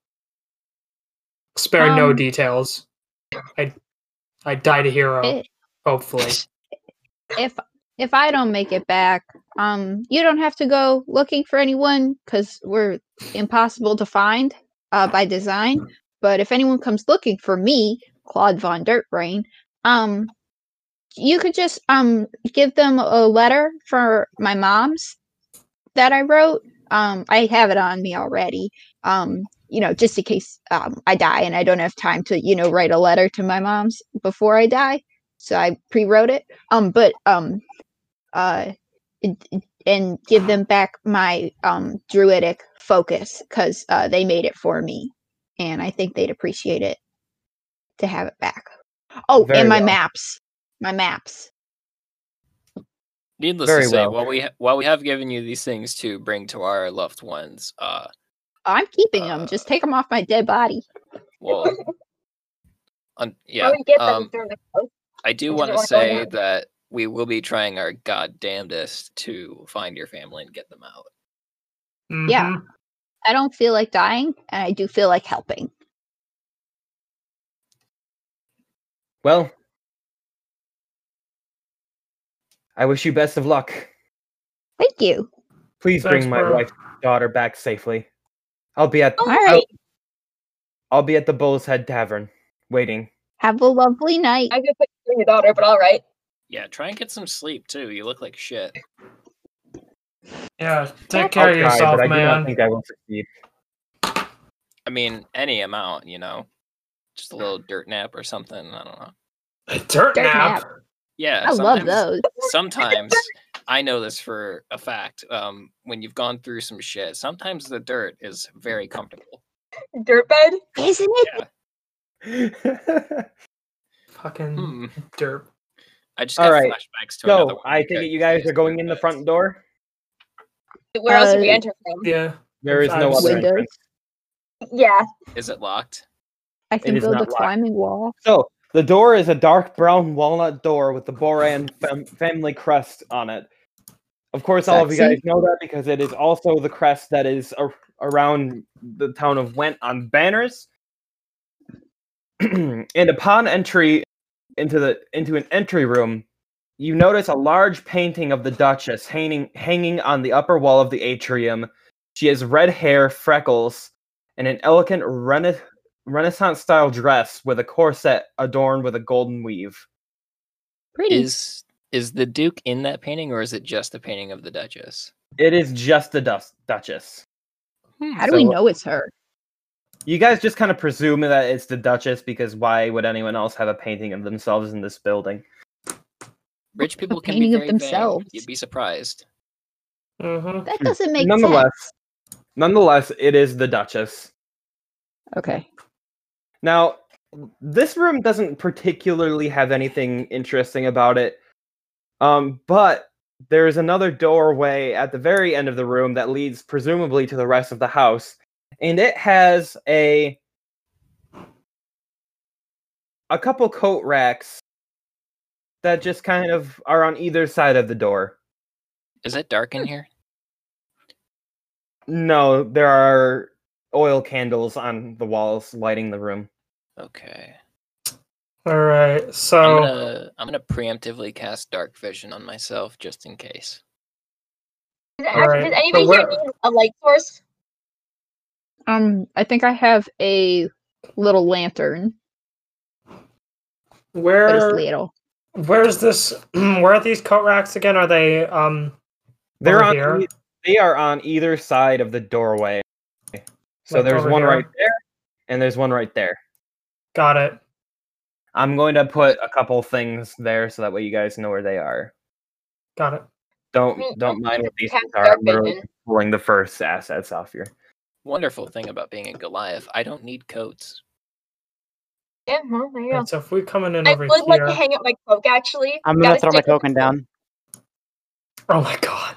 Speaker 5: Spare no
Speaker 4: Um,
Speaker 5: details. I I died a hero.
Speaker 4: Eh.
Speaker 5: Hopefully,
Speaker 4: if if I don't make it back, um, you don't have to go looking for anyone because we're impossible to find uh, by design. But if anyone comes looking for me, Claude von Dirtbrain, um, you could just um give them a letter for my mom's that I wrote. Um, I have it on me already. Um, you know, just in case um, I die and I don't have time to, you know, write a letter to my mom's before I die. So I pre-wrote it um but um uh and- and give them back my um druidic focus because uh they made it for me and i think they'd appreciate it to have it back oh
Speaker 1: Very
Speaker 4: and my
Speaker 1: well.
Speaker 4: maps my maps
Speaker 3: Needless
Speaker 1: Very
Speaker 3: to say,
Speaker 1: well.
Speaker 3: while we ha- while we have given you these things to bring to our loved ones, uh,
Speaker 4: i'm keeping
Speaker 1: Uh
Speaker 4: them just take them off my dead body
Speaker 3: well, un-
Speaker 6: Oh, yeah.
Speaker 3: yeah,
Speaker 6: Or we get them
Speaker 3: um,
Speaker 6: through the house.
Speaker 3: I do
Speaker 6: Did
Speaker 3: want
Speaker 6: you
Speaker 3: to
Speaker 6: wanna go
Speaker 3: say
Speaker 6: now?
Speaker 3: that we will be trying our goddamnedest to find your family and get them out.
Speaker 4: Yeah.
Speaker 5: Mhm.
Speaker 4: i don't feel like dying and i do feel like helping
Speaker 1: well, I wish you best of luck.
Speaker 4: thank you
Speaker 1: Please
Speaker 5: Thanks,
Speaker 1: bring my
Speaker 5: bro.
Speaker 1: wife and daughter back safely. I'll be at
Speaker 6: Oh,
Speaker 4: all right
Speaker 1: I'll be at the Bull's Head Tavern waiting.
Speaker 4: have a lovely night
Speaker 5: oh.
Speaker 6: I could put you your daughter, but all right.
Speaker 3: Yeah, try and get some sleep too. You look like shit.
Speaker 5: Yeah. Take
Speaker 1: I'll
Speaker 5: care of
Speaker 1: try,
Speaker 5: yourself,
Speaker 1: but I do not
Speaker 5: man.
Speaker 1: think I will succeed.
Speaker 3: I mean, any amount, you know, just a little dirt nap or something. I don't know.
Speaker 5: Dirt
Speaker 4: Dirt
Speaker 5: nap.
Speaker 4: nap.
Speaker 3: Yeah,
Speaker 4: i love
Speaker 3: sometimes-
Speaker 4: those
Speaker 3: Sometimes I know this for a fact. Um, when you've gone through some shit, sometimes the dirt is very comfortable.
Speaker 6: Dirt bed.
Speaker 4: isn't it
Speaker 3: Yeah.
Speaker 5: Fucking
Speaker 3: Hmm.
Speaker 5: dirt.
Speaker 3: I just
Speaker 1: All
Speaker 3: got
Speaker 1: right.
Speaker 3: flashbacks to another
Speaker 1: so
Speaker 3: one.
Speaker 1: I think that you guys are going in the front door.
Speaker 6: Where else would we
Speaker 4: Uh,
Speaker 6: enter from?
Speaker 5: Yeah.
Speaker 1: There is no
Speaker 5: Sometimes.
Speaker 1: other
Speaker 4: Windows.
Speaker 1: entrance.
Speaker 6: Yeah.
Speaker 3: Is it locked?
Speaker 4: i can
Speaker 1: is
Speaker 4: build a
Speaker 1: not locked.
Speaker 4: climbing wall
Speaker 1: So the door is a dark brown walnut door with the Boran fam- family crest on it. Of course, all of you guys
Speaker 4: Sexy.
Speaker 1: know that because it is also the crest that is ar- around the town of Went on banners. and upon entry into the into an entry room, you notice a large painting of the Duchess hanging hanging on the upper wall of the atrium. She has red hair, freckles, and an elegant rena- Renaissance style dress with a corset adorned with a golden weave. Hmm.
Speaker 4: Pretty.
Speaker 3: Is is the Duke in that painting, or is it just a painting of the Duchess?
Speaker 1: It is just the dus- Duchess.
Speaker 4: How do we
Speaker 1: so-
Speaker 4: know it's her?
Speaker 1: You guys just kind of presume that it's the Duchess because why would anyone else have a painting of themselves in this building?
Speaker 3: Rich people can be
Speaker 4: painting of
Speaker 3: very vain.
Speaker 4: themselves.
Speaker 3: You'd be surprised.
Speaker 5: Mhm.
Speaker 1: Hmm.
Speaker 4: That doesn't make
Speaker 1: nonetheless, nonetheless, it is the Duchess.
Speaker 4: sense. Okay.
Speaker 1: Now, this room doesn't particularly have anything interesting about it, um, but there is another doorway at the very end of the room that leads presumably to the rest of the house, and it has a a couple coat racks that just kind of are on either side of the door.
Speaker 3: Is it dark in here?
Speaker 1: No, there are oil candles on the walls lighting the room.
Speaker 3: Okay.
Speaker 5: All right.
Speaker 3: I'm
Speaker 1: Oh.
Speaker 5: So
Speaker 3: gonna I'm gonna preemptively cast dark vision on myself just in case.
Speaker 6: Does,
Speaker 5: All
Speaker 6: actually-
Speaker 5: right,
Speaker 6: does
Speaker 5: so
Speaker 6: anybody here
Speaker 5: where-
Speaker 6: need a light source?
Speaker 4: Um, I think I have a little lantern, but it's
Speaker 5: where
Speaker 4: little.
Speaker 5: where's this? where are these coat racks again? Are they um?
Speaker 1: They're
Speaker 5: over
Speaker 1: on
Speaker 5: here?
Speaker 1: ei- they are on either side of the doorway. So
Speaker 5: Like
Speaker 1: there's
Speaker 5: over
Speaker 1: one
Speaker 5: here?
Speaker 1: right there and there's one right there.
Speaker 5: Got it.
Speaker 1: I'm going to put a couple things there so that way you guys know where they are.
Speaker 5: Got it.
Speaker 1: Don't
Speaker 6: Me-
Speaker 1: don't mind what these
Speaker 6: Cast
Speaker 1: things are.
Speaker 6: dark
Speaker 1: I'm literally
Speaker 6: vision.
Speaker 1: pulling the first assets off here.
Speaker 3: Wonderful thing about being a Goliath, I don't need coats.
Speaker 6: Yeah, well, there you
Speaker 5: All
Speaker 6: go.
Speaker 5: right, so if we're coming in
Speaker 6: I
Speaker 5: over
Speaker 6: would like to
Speaker 5: here-
Speaker 6: hang up my cloak actually.
Speaker 2: I'm gonna
Speaker 6: Gotta
Speaker 2: throw my
Speaker 6: stick with
Speaker 2: token
Speaker 6: the cloak.
Speaker 2: down.
Speaker 5: oh my god.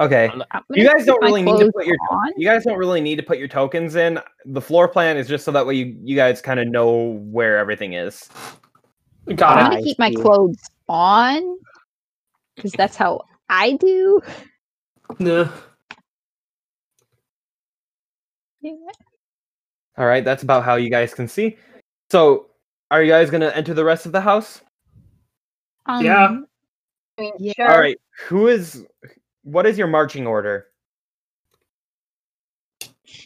Speaker 1: Okay.
Speaker 4: I'm
Speaker 1: You
Speaker 4: gonna
Speaker 1: guys don't
Speaker 4: put my
Speaker 1: really need to
Speaker 4: clothes
Speaker 1: put your
Speaker 4: on.
Speaker 1: you guys don't really need to put your tokens in. The floor plan is just so that way you, you guys kind of know where everything is.
Speaker 5: Got
Speaker 1: Ah,
Speaker 4: I'm
Speaker 5: it.
Speaker 2: I
Speaker 4: gonna keep my
Speaker 2: see.
Speaker 4: clothes on because that's how I do.
Speaker 5: Yeah.
Speaker 4: Yeah.
Speaker 1: All right, that's about how you guys can see. So, are you guys going to enter the rest of the house?
Speaker 4: Um,
Speaker 5: Yeah.
Speaker 6: I mean,
Speaker 4: Yeah.
Speaker 6: sure.
Speaker 1: All right, who is what is your marching order?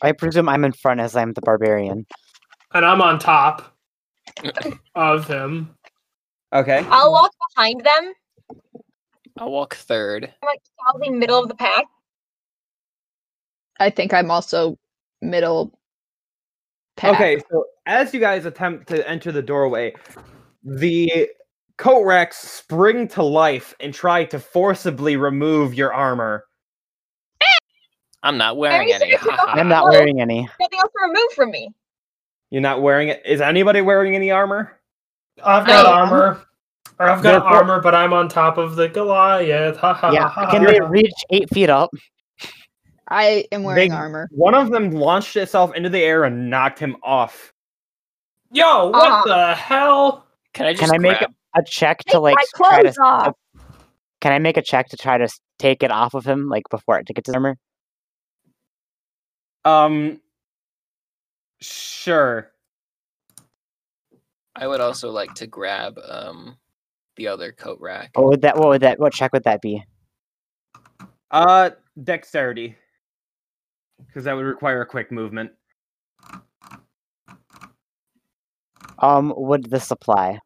Speaker 2: I presume I'm in front as I'm the barbarian.
Speaker 5: And I'm on top of him.
Speaker 1: Okay.
Speaker 6: I'll walk behind them.
Speaker 3: I'll walk third.
Speaker 6: I'm like probably middle of the pack.
Speaker 4: I think I'm also middle. Pack.
Speaker 1: Okay, so as you guys attempt to enter the doorway, the coat racks spring to life and try to forcibly remove your armor.
Speaker 3: I'm not wearing
Speaker 6: you
Speaker 3: any.
Speaker 6: serious about
Speaker 2: I'm
Speaker 6: that?
Speaker 2: not
Speaker 6: Hello?
Speaker 2: wearing any.
Speaker 6: Nothing else to remove from me.
Speaker 1: You're not wearing it. Is anybody wearing any armor?
Speaker 5: I've got
Speaker 6: I am.
Speaker 5: armor. Or I've got
Speaker 1: Therefore-
Speaker 5: armor, but I'm on top of the Goliath. Ha ha
Speaker 2: Yeah.
Speaker 5: ha, ha.
Speaker 2: Can
Speaker 5: ha,
Speaker 2: they
Speaker 5: ha.
Speaker 2: reach eight feet up?
Speaker 4: I am wearing
Speaker 1: They-
Speaker 4: armor.
Speaker 1: One of them launched itself into the air and knocked him off.
Speaker 5: Yo, what
Speaker 6: Uh-huh.
Speaker 5: the hell?
Speaker 3: Can I just
Speaker 2: Can I make
Speaker 3: grab-
Speaker 2: a check to
Speaker 4: Take
Speaker 2: like
Speaker 4: my
Speaker 2: s- try to
Speaker 4: clothes off.
Speaker 2: Can I make a check to try to s- take it off of him, like before it gets his armor?
Speaker 1: Um sure.
Speaker 3: I would also like to grab um the other coat rack.
Speaker 2: What would that? What would that? What check would that be?
Speaker 1: Uh, dexterity, because that would require a quick movement.
Speaker 2: Um, would the supply?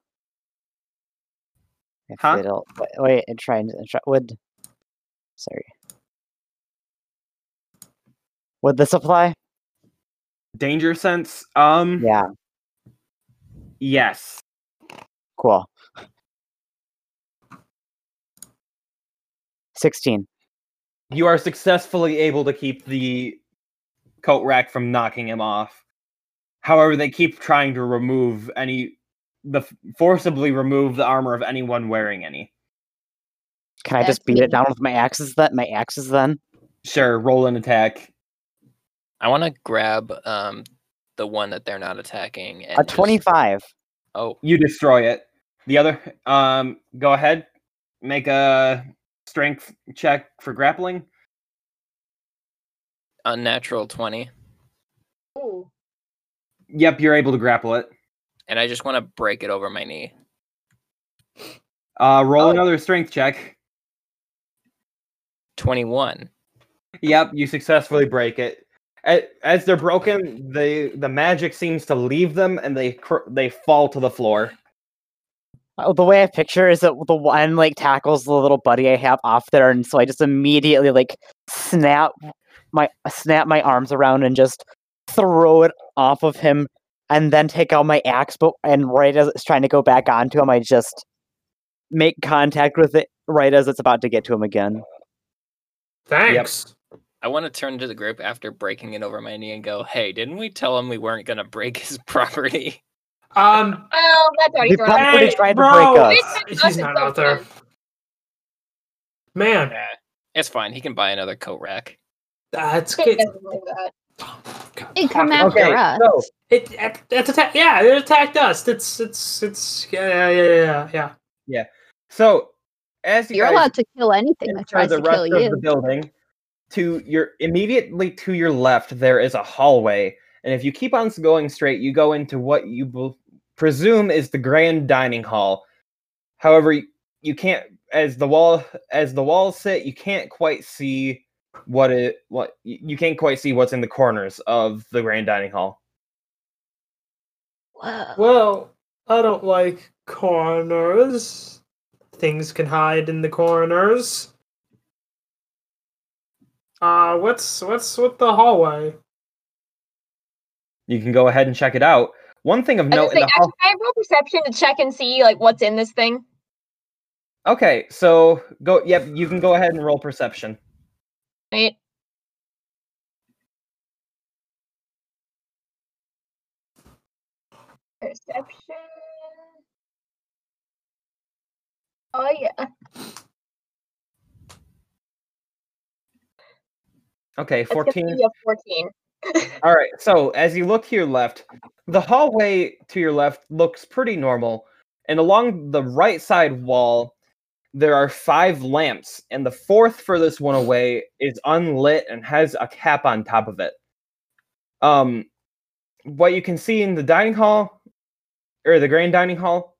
Speaker 2: If
Speaker 1: Huh?
Speaker 2: it'll wait, wait and try and try, would. Sorry. Would the supply?
Speaker 1: Danger sense. Um,
Speaker 2: Yeah.
Speaker 1: yes.
Speaker 2: Cool. Sixteen.
Speaker 1: You are successfully able to keep the coat rack from knocking him off. However, they keep trying to remove any, the forcibly remove the armor of anyone wearing any.
Speaker 2: Can I just
Speaker 4: That's
Speaker 2: beat
Speaker 4: me.
Speaker 2: it down with my axes? That my axes then.
Speaker 1: Sure, roll an attack.
Speaker 3: I want to grab um the one that they're not attacking. And
Speaker 2: A
Speaker 3: just-
Speaker 2: twenty-five.
Speaker 3: Oh,
Speaker 1: You destroy it. The other, um, go ahead, make a strength check for grappling.
Speaker 3: Unnatural 20.
Speaker 6: Ooh.
Speaker 1: Yep, you're able to grapple it.
Speaker 3: And I just want to break it over my knee.
Speaker 1: Uh, roll
Speaker 6: Oh.
Speaker 1: another strength check.
Speaker 3: 21.
Speaker 1: Yep, you successfully break it. A- As they're broken, the the magic seems to leave them, and they cr- they fall to the floor.
Speaker 2: Oh, the way I picture is that the one like tackles the little buddy I have off there, and so I just immediately like snap my snap my arms around and just throw it off of him, and then take out my axe. But and right as it's trying to go back onto him, I just make contact with it right as it's about to get to him again.
Speaker 5: Thanks.
Speaker 3: I want to turn to the group after breaking it over my knee and go, hey, didn't we tell him we weren't going to break his property?
Speaker 5: Um,
Speaker 6: Well, that's already
Speaker 2: They
Speaker 6: thrown.
Speaker 2: probably
Speaker 6: out.
Speaker 5: hey,
Speaker 2: tried to
Speaker 5: bro,
Speaker 2: break us.
Speaker 6: It's
Speaker 5: He's
Speaker 6: been
Speaker 5: not
Speaker 6: us
Speaker 5: out there.
Speaker 6: since
Speaker 5: Man,
Speaker 3: It's fine. He can buy another coat rack.
Speaker 5: that's
Speaker 6: It
Speaker 5: good.
Speaker 6: doesn't do that.
Speaker 4: They come
Speaker 5: out.
Speaker 4: after
Speaker 1: Okay,
Speaker 4: us.
Speaker 1: so
Speaker 5: It, it, it's attack. Yeah, it attacked us. It's it's it's yeah yeah yeah yeah. yeah.
Speaker 1: so as you
Speaker 4: You're
Speaker 1: guys
Speaker 4: allowed to kill anything
Speaker 1: enter
Speaker 4: that tries
Speaker 1: the
Speaker 4: to
Speaker 1: rest
Speaker 4: kill
Speaker 1: of the
Speaker 4: you.
Speaker 1: building, to your immediately to your left there is a hallway, and if you keep on s- going straight, you go into what you bel- presume is the grand dining hall. However, y- you can't as the wall as the walls sit, you can't quite see what it what y- you can't quite see what's in the corners of the grand dining hall.
Speaker 4: Whoa.
Speaker 5: Well, I don't like corners. Things can hide in the corners. Uh, what's what's with the hallway?
Speaker 1: You can go ahead and check it out. One thing of
Speaker 6: I
Speaker 1: note
Speaker 6: was
Speaker 1: in
Speaker 6: like,
Speaker 1: the hall.
Speaker 6: actually, I have no perception to check and see like what's in this thing.
Speaker 1: Okay, so go. Yep, you can go ahead and roll perception.
Speaker 6: Right? Perception. Oh yeah.
Speaker 1: Okay,
Speaker 6: That's gonna
Speaker 1: fourteen.
Speaker 6: be a fourteen.
Speaker 1: All right. So as you look to your left, the hallway to your left looks pretty normal, and along the right side wall, there are five lamps, and the fourth furthest one away is unlit and has a cap on top of it. Um, what you can see in the dining hall, or the grand dining hall,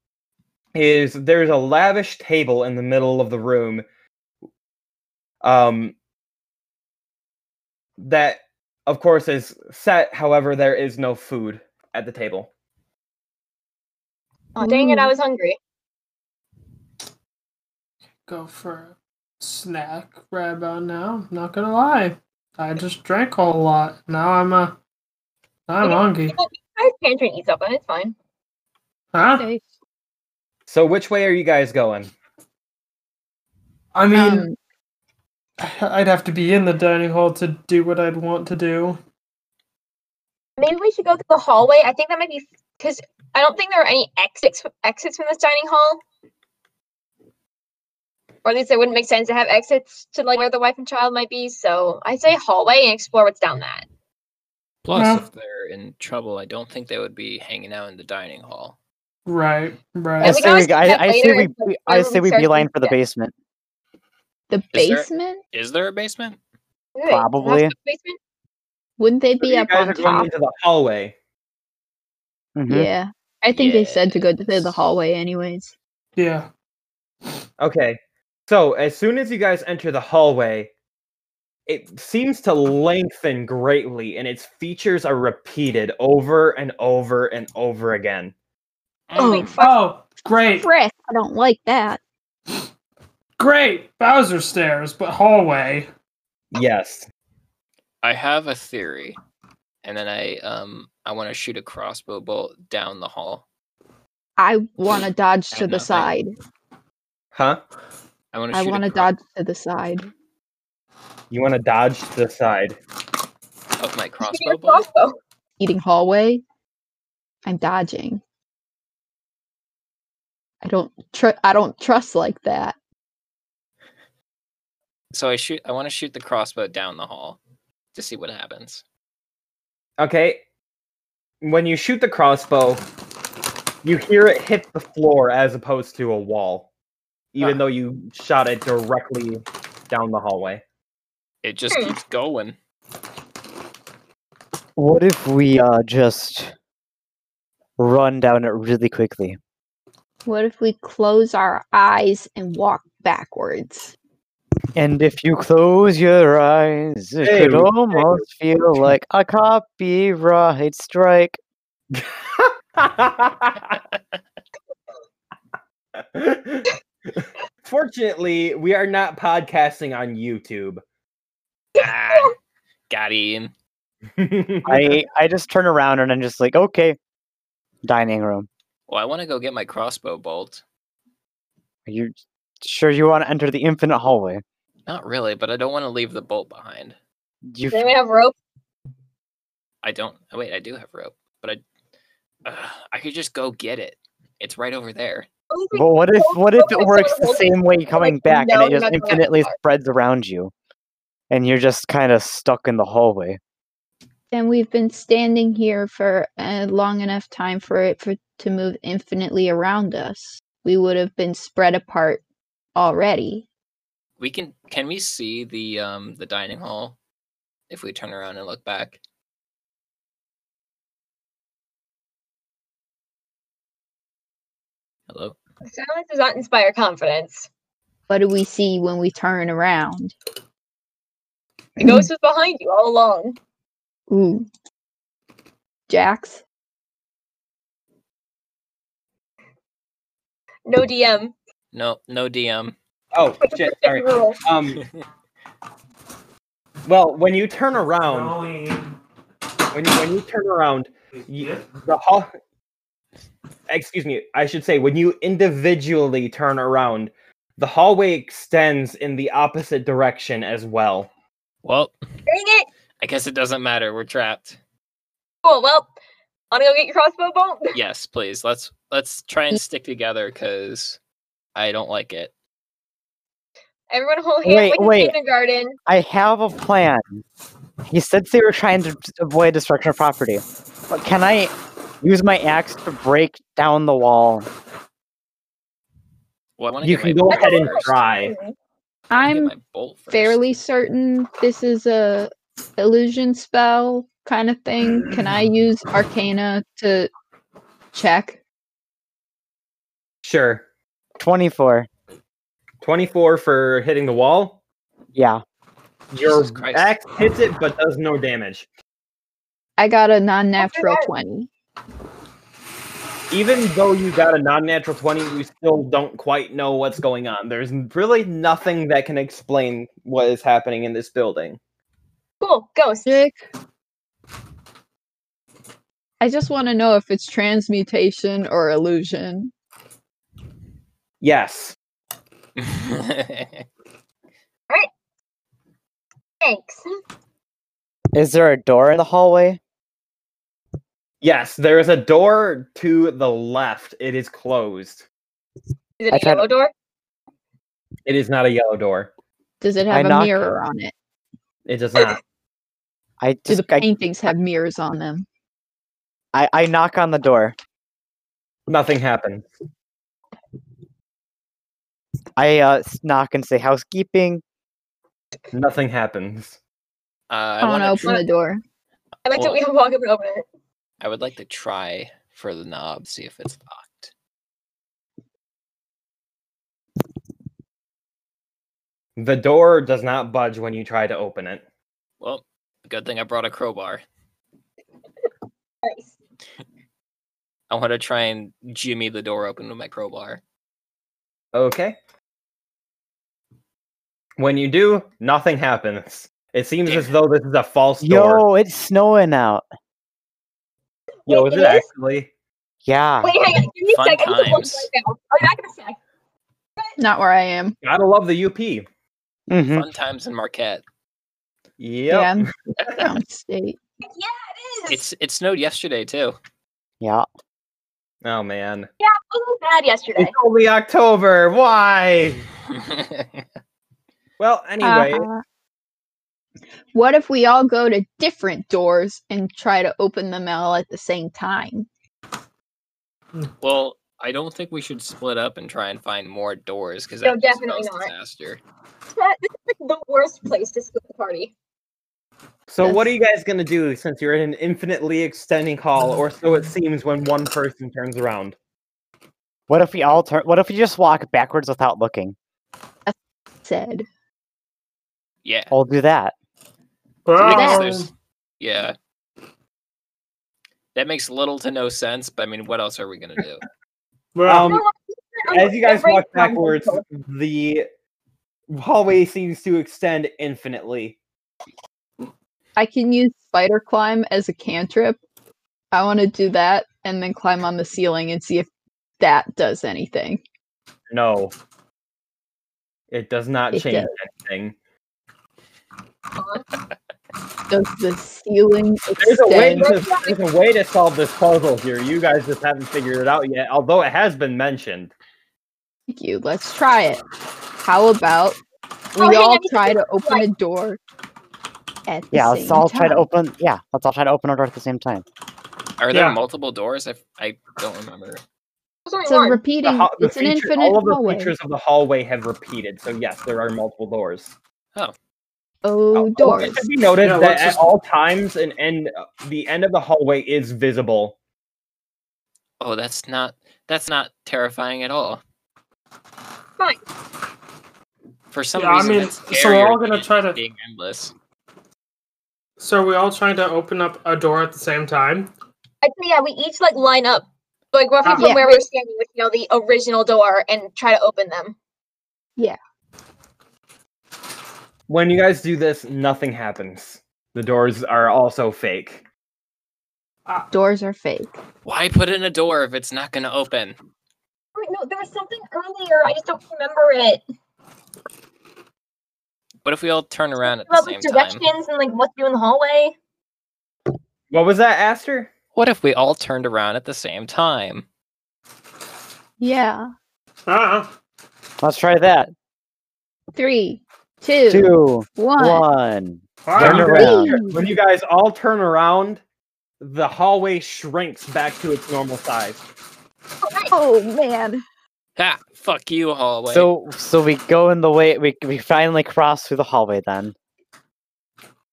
Speaker 1: is there's a lavish table in the middle of the room. Um, that of course, is set. However, there is no food at the table.
Speaker 6: Oh dang it! I
Speaker 4: Ooh.
Speaker 6: was hungry.
Speaker 5: Go for a snack right about now. Not gonna lie, I just drank a lot. Now I'm uh, I'm
Speaker 6: Okay.
Speaker 5: hungry.
Speaker 6: I was pantry eats up, and it's fine.
Speaker 5: Huh?
Speaker 4: Okay.
Speaker 1: So, which way are you guys going?
Speaker 5: I mean,
Speaker 4: Um,
Speaker 5: I'd have to be in the dining hall to do what I'd want to do.
Speaker 6: Maybe we should go through the hallway. I think that might be because I don't think there are any exits exits from this dining hall. Or at least it wouldn't make sense to have exits to like where the wife and child might be. So I say hallway and explore what's down that.
Speaker 3: Plus,
Speaker 5: Yeah.
Speaker 3: if they're in trouble, I don't think they would be hanging out in the dining hall.
Speaker 5: Right,
Speaker 2: I
Speaker 5: right.
Speaker 6: And we can
Speaker 2: say
Speaker 6: always
Speaker 2: we,
Speaker 6: do
Speaker 2: I,
Speaker 6: that
Speaker 2: I say
Speaker 6: later
Speaker 2: we,
Speaker 6: if, like,
Speaker 2: we I
Speaker 6: everyone
Speaker 2: say we
Speaker 6: starts to
Speaker 2: beeline for the
Speaker 6: get-
Speaker 2: basement.
Speaker 4: the
Speaker 3: Is there-
Speaker 4: basement?
Speaker 3: Is there a basement?
Speaker 6: Ooh, is the house
Speaker 2: Probably.
Speaker 6: got a basement?
Speaker 4: Wouldn't they
Speaker 1: So
Speaker 4: be
Speaker 1: you
Speaker 4: up
Speaker 1: guys
Speaker 4: on
Speaker 1: are going
Speaker 4: top?
Speaker 1: into the hallway.
Speaker 2: Mhm.
Speaker 4: Yeah. I think they said to go to the
Speaker 3: Yes.
Speaker 4: hallway anyways.
Speaker 5: Yeah.
Speaker 1: Okay. So, as soon as you guys enter the hallway, it seems to lengthen greatly, and its features are repeated over and over and over again.
Speaker 3: Mm.
Speaker 4: Holy
Speaker 5: Oh, great,
Speaker 4: frick, I don't like that.
Speaker 5: great. Bowser stairs, but hallway.
Speaker 1: Yes.
Speaker 3: I have a theory, and then I um I want to shoot a crossbow bolt down the hall.
Speaker 4: I want to dodge to
Speaker 3: don't
Speaker 4: the
Speaker 3: know, like,
Speaker 4: side.
Speaker 1: Huh?
Speaker 3: I want to.
Speaker 4: I want to dodge to the side.
Speaker 1: You want to dodge to the side.
Speaker 3: of my
Speaker 6: Shoot your
Speaker 3: crossbow bolt.
Speaker 6: crossbow.
Speaker 4: Eating hallway. I'm dodging. I don't tr- I don't trust like that.
Speaker 3: So I shoot. I want to shoot the crossbow down the hall to see what happens.
Speaker 1: Okay. When you shoot the crossbow, you hear it hit the floor as opposed to a wall. even
Speaker 3: Ah.
Speaker 1: though you shot it directly down the hallway.
Speaker 3: It just
Speaker 6: Hmm.
Speaker 3: keeps going.
Speaker 2: What if we uh, just run down it really quickly?
Speaker 4: What if we close our eyes and walk backwards?
Speaker 2: And if you close your eyes, it
Speaker 1: Hey,
Speaker 2: could
Speaker 1: we-
Speaker 2: almost feel like a copyright strike.
Speaker 1: Fortunately, we are not podcasting on YouTube.
Speaker 3: Ah, got him.
Speaker 2: I I just turn around and I'm just like, okay, dining room.
Speaker 3: Well, I want to go get my crossbow bolt.
Speaker 2: Are you sure you want to enter the infinite hallway?
Speaker 3: Not really, but I don't want to leave the bolt behind.
Speaker 2: You
Speaker 6: Then we have rope.
Speaker 3: I don't. oh, Wait, I do have rope, but I. Ugh, I could just go get it. It's right over there.
Speaker 2: But what if what if it
Speaker 6: Okay, so
Speaker 2: works the
Speaker 6: we'll-
Speaker 2: same way coming back and
Speaker 6: no,
Speaker 2: it
Speaker 6: you're
Speaker 2: just
Speaker 6: not going that
Speaker 2: infinitely
Speaker 6: far.
Speaker 2: spreads around you, and you're just kind of stuck in the hallway?
Speaker 4: Then we've been standing here for a long enough time for it for, to move infinitely around us. We would have been spread apart already.
Speaker 3: We can. Can we see the um the dining hall? If we turn around and look back, hello.
Speaker 6: Silence does not inspire confidence.
Speaker 4: What do we see when we turn around?
Speaker 6: The ghost was behind you all along.
Speaker 4: Ooh. Jax?
Speaker 6: No DM.
Speaker 3: No, no DM.
Speaker 1: oh shit! Sorry.
Speaker 6: Rule.
Speaker 1: Um, well, when you turn
Speaker 5: Um,
Speaker 1: around,
Speaker 5: Colleen.
Speaker 1: when you, when you turn around, you, the hall. Excuse me. I should say when you individually turn around, the hallway extends in the opposite direction as well.
Speaker 3: Well,
Speaker 6: Dang it!
Speaker 3: I guess it doesn't matter. We're trapped.
Speaker 6: Cool. Well, wanna go get your crossbow bolt?
Speaker 3: Yes, please. Let's let's try and stick together because I don't like it.
Speaker 6: Everyone hold hands
Speaker 2: Wait,
Speaker 6: like in
Speaker 2: wait.
Speaker 6: kindergarten.
Speaker 2: I have a plan. He said they were trying to avoid destruction of property, but can I use my axe to break down the wall?
Speaker 3: Well, I wanna
Speaker 1: You
Speaker 3: get
Speaker 1: can
Speaker 3: my
Speaker 1: go
Speaker 3: bolt
Speaker 1: ahead and
Speaker 3: first.
Speaker 1: try.
Speaker 3: I wanna
Speaker 4: I'm
Speaker 3: get my bolt first.
Speaker 4: fairly certain this is a illusion spell kind of thing. Can
Speaker 2: Mm.
Speaker 4: I use Arcana to check?
Speaker 1: Sure.
Speaker 2: 24.
Speaker 1: 24 for hitting the wall.
Speaker 2: Yeah.
Speaker 1: Your
Speaker 3: Jesus Christ.
Speaker 1: axe hits it but does no damage.
Speaker 4: I got a non-natural
Speaker 6: that.
Speaker 4: twenty.
Speaker 1: Even though you got a non-natural 20, you still don't quite know what's going on. There's really nothing that can explain what is happening in this building.
Speaker 6: Cool. Ghost.
Speaker 4: Sick. I just want to know if it's transmutation or illusion.
Speaker 1: Yes.
Speaker 3: Uh,
Speaker 6: Thanks.
Speaker 2: Is there a door in the hallway?
Speaker 1: Yes, there is a door to the left. It is closed.
Speaker 6: Is it
Speaker 2: I
Speaker 6: a
Speaker 2: tried-
Speaker 6: yellow door?
Speaker 1: It is not a yellow door.
Speaker 4: Does it
Speaker 2: I
Speaker 4: have a
Speaker 2: knock-
Speaker 4: mirror on it?
Speaker 1: It does not.
Speaker 2: I
Speaker 4: Do
Speaker 2: just
Speaker 4: the
Speaker 2: I,
Speaker 4: paintings have mirrors on them?
Speaker 2: I, I knock on the door.
Speaker 1: Nothing happened.
Speaker 2: I uh, s- knock and say housekeeping.
Speaker 1: Nothing happens.
Speaker 3: uh, I
Speaker 4: I want to
Speaker 3: wanna
Speaker 4: open
Speaker 3: try-
Speaker 4: the door.
Speaker 6: I like
Speaker 3: Well-
Speaker 6: that we can walk up and open it.
Speaker 3: I would like to try for the knob, see if it's locked.
Speaker 1: The door does not budge when you try to open it.
Speaker 3: Well, good thing I brought a crowbar.
Speaker 6: Nice.
Speaker 3: I want to try and jimmy the door open with my crowbar.
Speaker 1: Okay. When you do, nothing happens. It seems
Speaker 3: Damn
Speaker 1: as though this is a false door.
Speaker 2: Yo, it's snowing out.
Speaker 1: Yo,
Speaker 6: Wait,
Speaker 1: is
Speaker 6: it
Speaker 1: it
Speaker 6: is?
Speaker 1: actually?
Speaker 2: Yeah.
Speaker 6: Wait, hang on. Give me a
Speaker 3: Fun
Speaker 6: sec. I need to look
Speaker 3: times.
Speaker 6: right now. I'll be back in a sec.
Speaker 4: Not where I am.
Speaker 1: Gotta love the UP. Yep.
Speaker 2: Mhm.
Speaker 3: Fun times in Marquette.
Speaker 4: Yeah, I'm downstate.
Speaker 6: Yeah, it is.
Speaker 3: It's it snowed yesterday too.
Speaker 2: Yeah.
Speaker 1: Oh man.
Speaker 6: yeah, it wasn't bad yesterday.
Speaker 1: It's only October. Why? Well, anyway,
Speaker 4: Uh, what if we all go to different doors and try to open them all at the same time?
Speaker 3: well, I don't think we should split up and try and find more doors because
Speaker 6: No,
Speaker 3: that's
Speaker 6: definitely not.
Speaker 3: disaster.
Speaker 6: That- this is like the worst place to split the party.
Speaker 1: So what are
Speaker 4: Yes.
Speaker 1: you guys gonna do since you're in an infinitely extending hall, or so it seems when one person turns around?
Speaker 2: What if we all turn? What if we just walk backwards without looking?
Speaker 4: Said.
Speaker 3: Yeah.
Speaker 2: We'll do that.
Speaker 3: I guess
Speaker 5: Wow.
Speaker 3: there's- yeah. That makes little to no sense, but I mean, what else are we gonna do?
Speaker 5: Wow.
Speaker 1: Um,
Speaker 6: No, I'm-
Speaker 1: As you guys
Speaker 6: every
Speaker 1: walk
Speaker 6: time we
Speaker 1: backwards,
Speaker 6: go-
Speaker 1: the hallway seems to extend infinitely.
Speaker 4: I can use spider climb as a cantrip. I want to do that and then climb on the ceiling and see if that does anything.
Speaker 1: No, it does not
Speaker 4: It
Speaker 1: change
Speaker 4: does.
Speaker 1: anything.
Speaker 4: Does the ceiling
Speaker 1: There's a way
Speaker 4: extend?
Speaker 1: to there's a way to solve this puzzle here. You guys just haven't figured it out yet, although it has been mentioned.
Speaker 4: Thank you. Let's try it. How about we
Speaker 6: Oh, hey,
Speaker 4: all
Speaker 6: let me
Speaker 4: try
Speaker 6: see
Speaker 4: to
Speaker 6: what it's
Speaker 4: open
Speaker 6: like.
Speaker 4: a door at the
Speaker 2: Yeah,
Speaker 4: same
Speaker 2: let's all
Speaker 4: time?
Speaker 2: try to open. Yeah, let's all try to open our door at the same time.
Speaker 3: Are there
Speaker 5: Yeah.
Speaker 3: multiple doors? I, I don't remember.
Speaker 6: There's only
Speaker 4: It's a
Speaker 6: one.
Speaker 1: The
Speaker 4: repeating.
Speaker 1: ho- the
Speaker 4: it's an
Speaker 1: feature-
Speaker 4: infinite
Speaker 1: all of the
Speaker 4: hallway.
Speaker 1: features of the hallway have repeated, so yes, there are multiple doors.
Speaker 4: Oh,
Speaker 1: Oh,
Speaker 4: doors.
Speaker 1: It should be noted
Speaker 5: Yeah,
Speaker 1: that
Speaker 5: let's
Speaker 1: at
Speaker 5: just-
Speaker 1: all times, an end, the end of the hallway is visible.
Speaker 3: Oh, that's not that's not terrifying at all.
Speaker 6: Fine.
Speaker 3: For some
Speaker 5: Yeah, I
Speaker 3: reason,
Speaker 5: mean,
Speaker 3: it's
Speaker 5: so we're all
Speaker 3: scarier
Speaker 5: gonna
Speaker 3: than
Speaker 5: try to-
Speaker 3: being endless.
Speaker 5: So are we all trying to open up a door at the same time?
Speaker 6: I think yeah, we each like line up, like roughly
Speaker 5: Ah.
Speaker 6: from
Speaker 4: Yeah.
Speaker 6: where we were standing with you know the original door and try to open them.
Speaker 1: When you guys do this, nothing happens. The doors are also fake.
Speaker 4: Doors are fake.
Speaker 3: Why put in a door if it's not gonna open?
Speaker 6: Wait, no, there was something earlier. I just don't remember it.
Speaker 3: What if we all turn around at the
Speaker 6: About
Speaker 3: same
Speaker 6: like
Speaker 3: time?
Speaker 6: directions and like what to do in the hallway.
Speaker 1: What was that, Aster?
Speaker 3: What if we all turned around at the same time?
Speaker 4: Yeah.
Speaker 5: Ah,
Speaker 2: Let's try that.
Speaker 4: Three, two, one.
Speaker 2: Two, one.
Speaker 5: wow.
Speaker 2: Turn
Speaker 1: When you
Speaker 2: around.
Speaker 1: guys-
Speaker 4: Please.
Speaker 1: When you guys all turn around, the hallway shrinks back to its normal size.
Speaker 6: Oh, nice.
Speaker 4: Oh man.
Speaker 3: Ha! Fuck you, hallway.
Speaker 2: So, so we go in the way. We we finally cross through the hallway. Then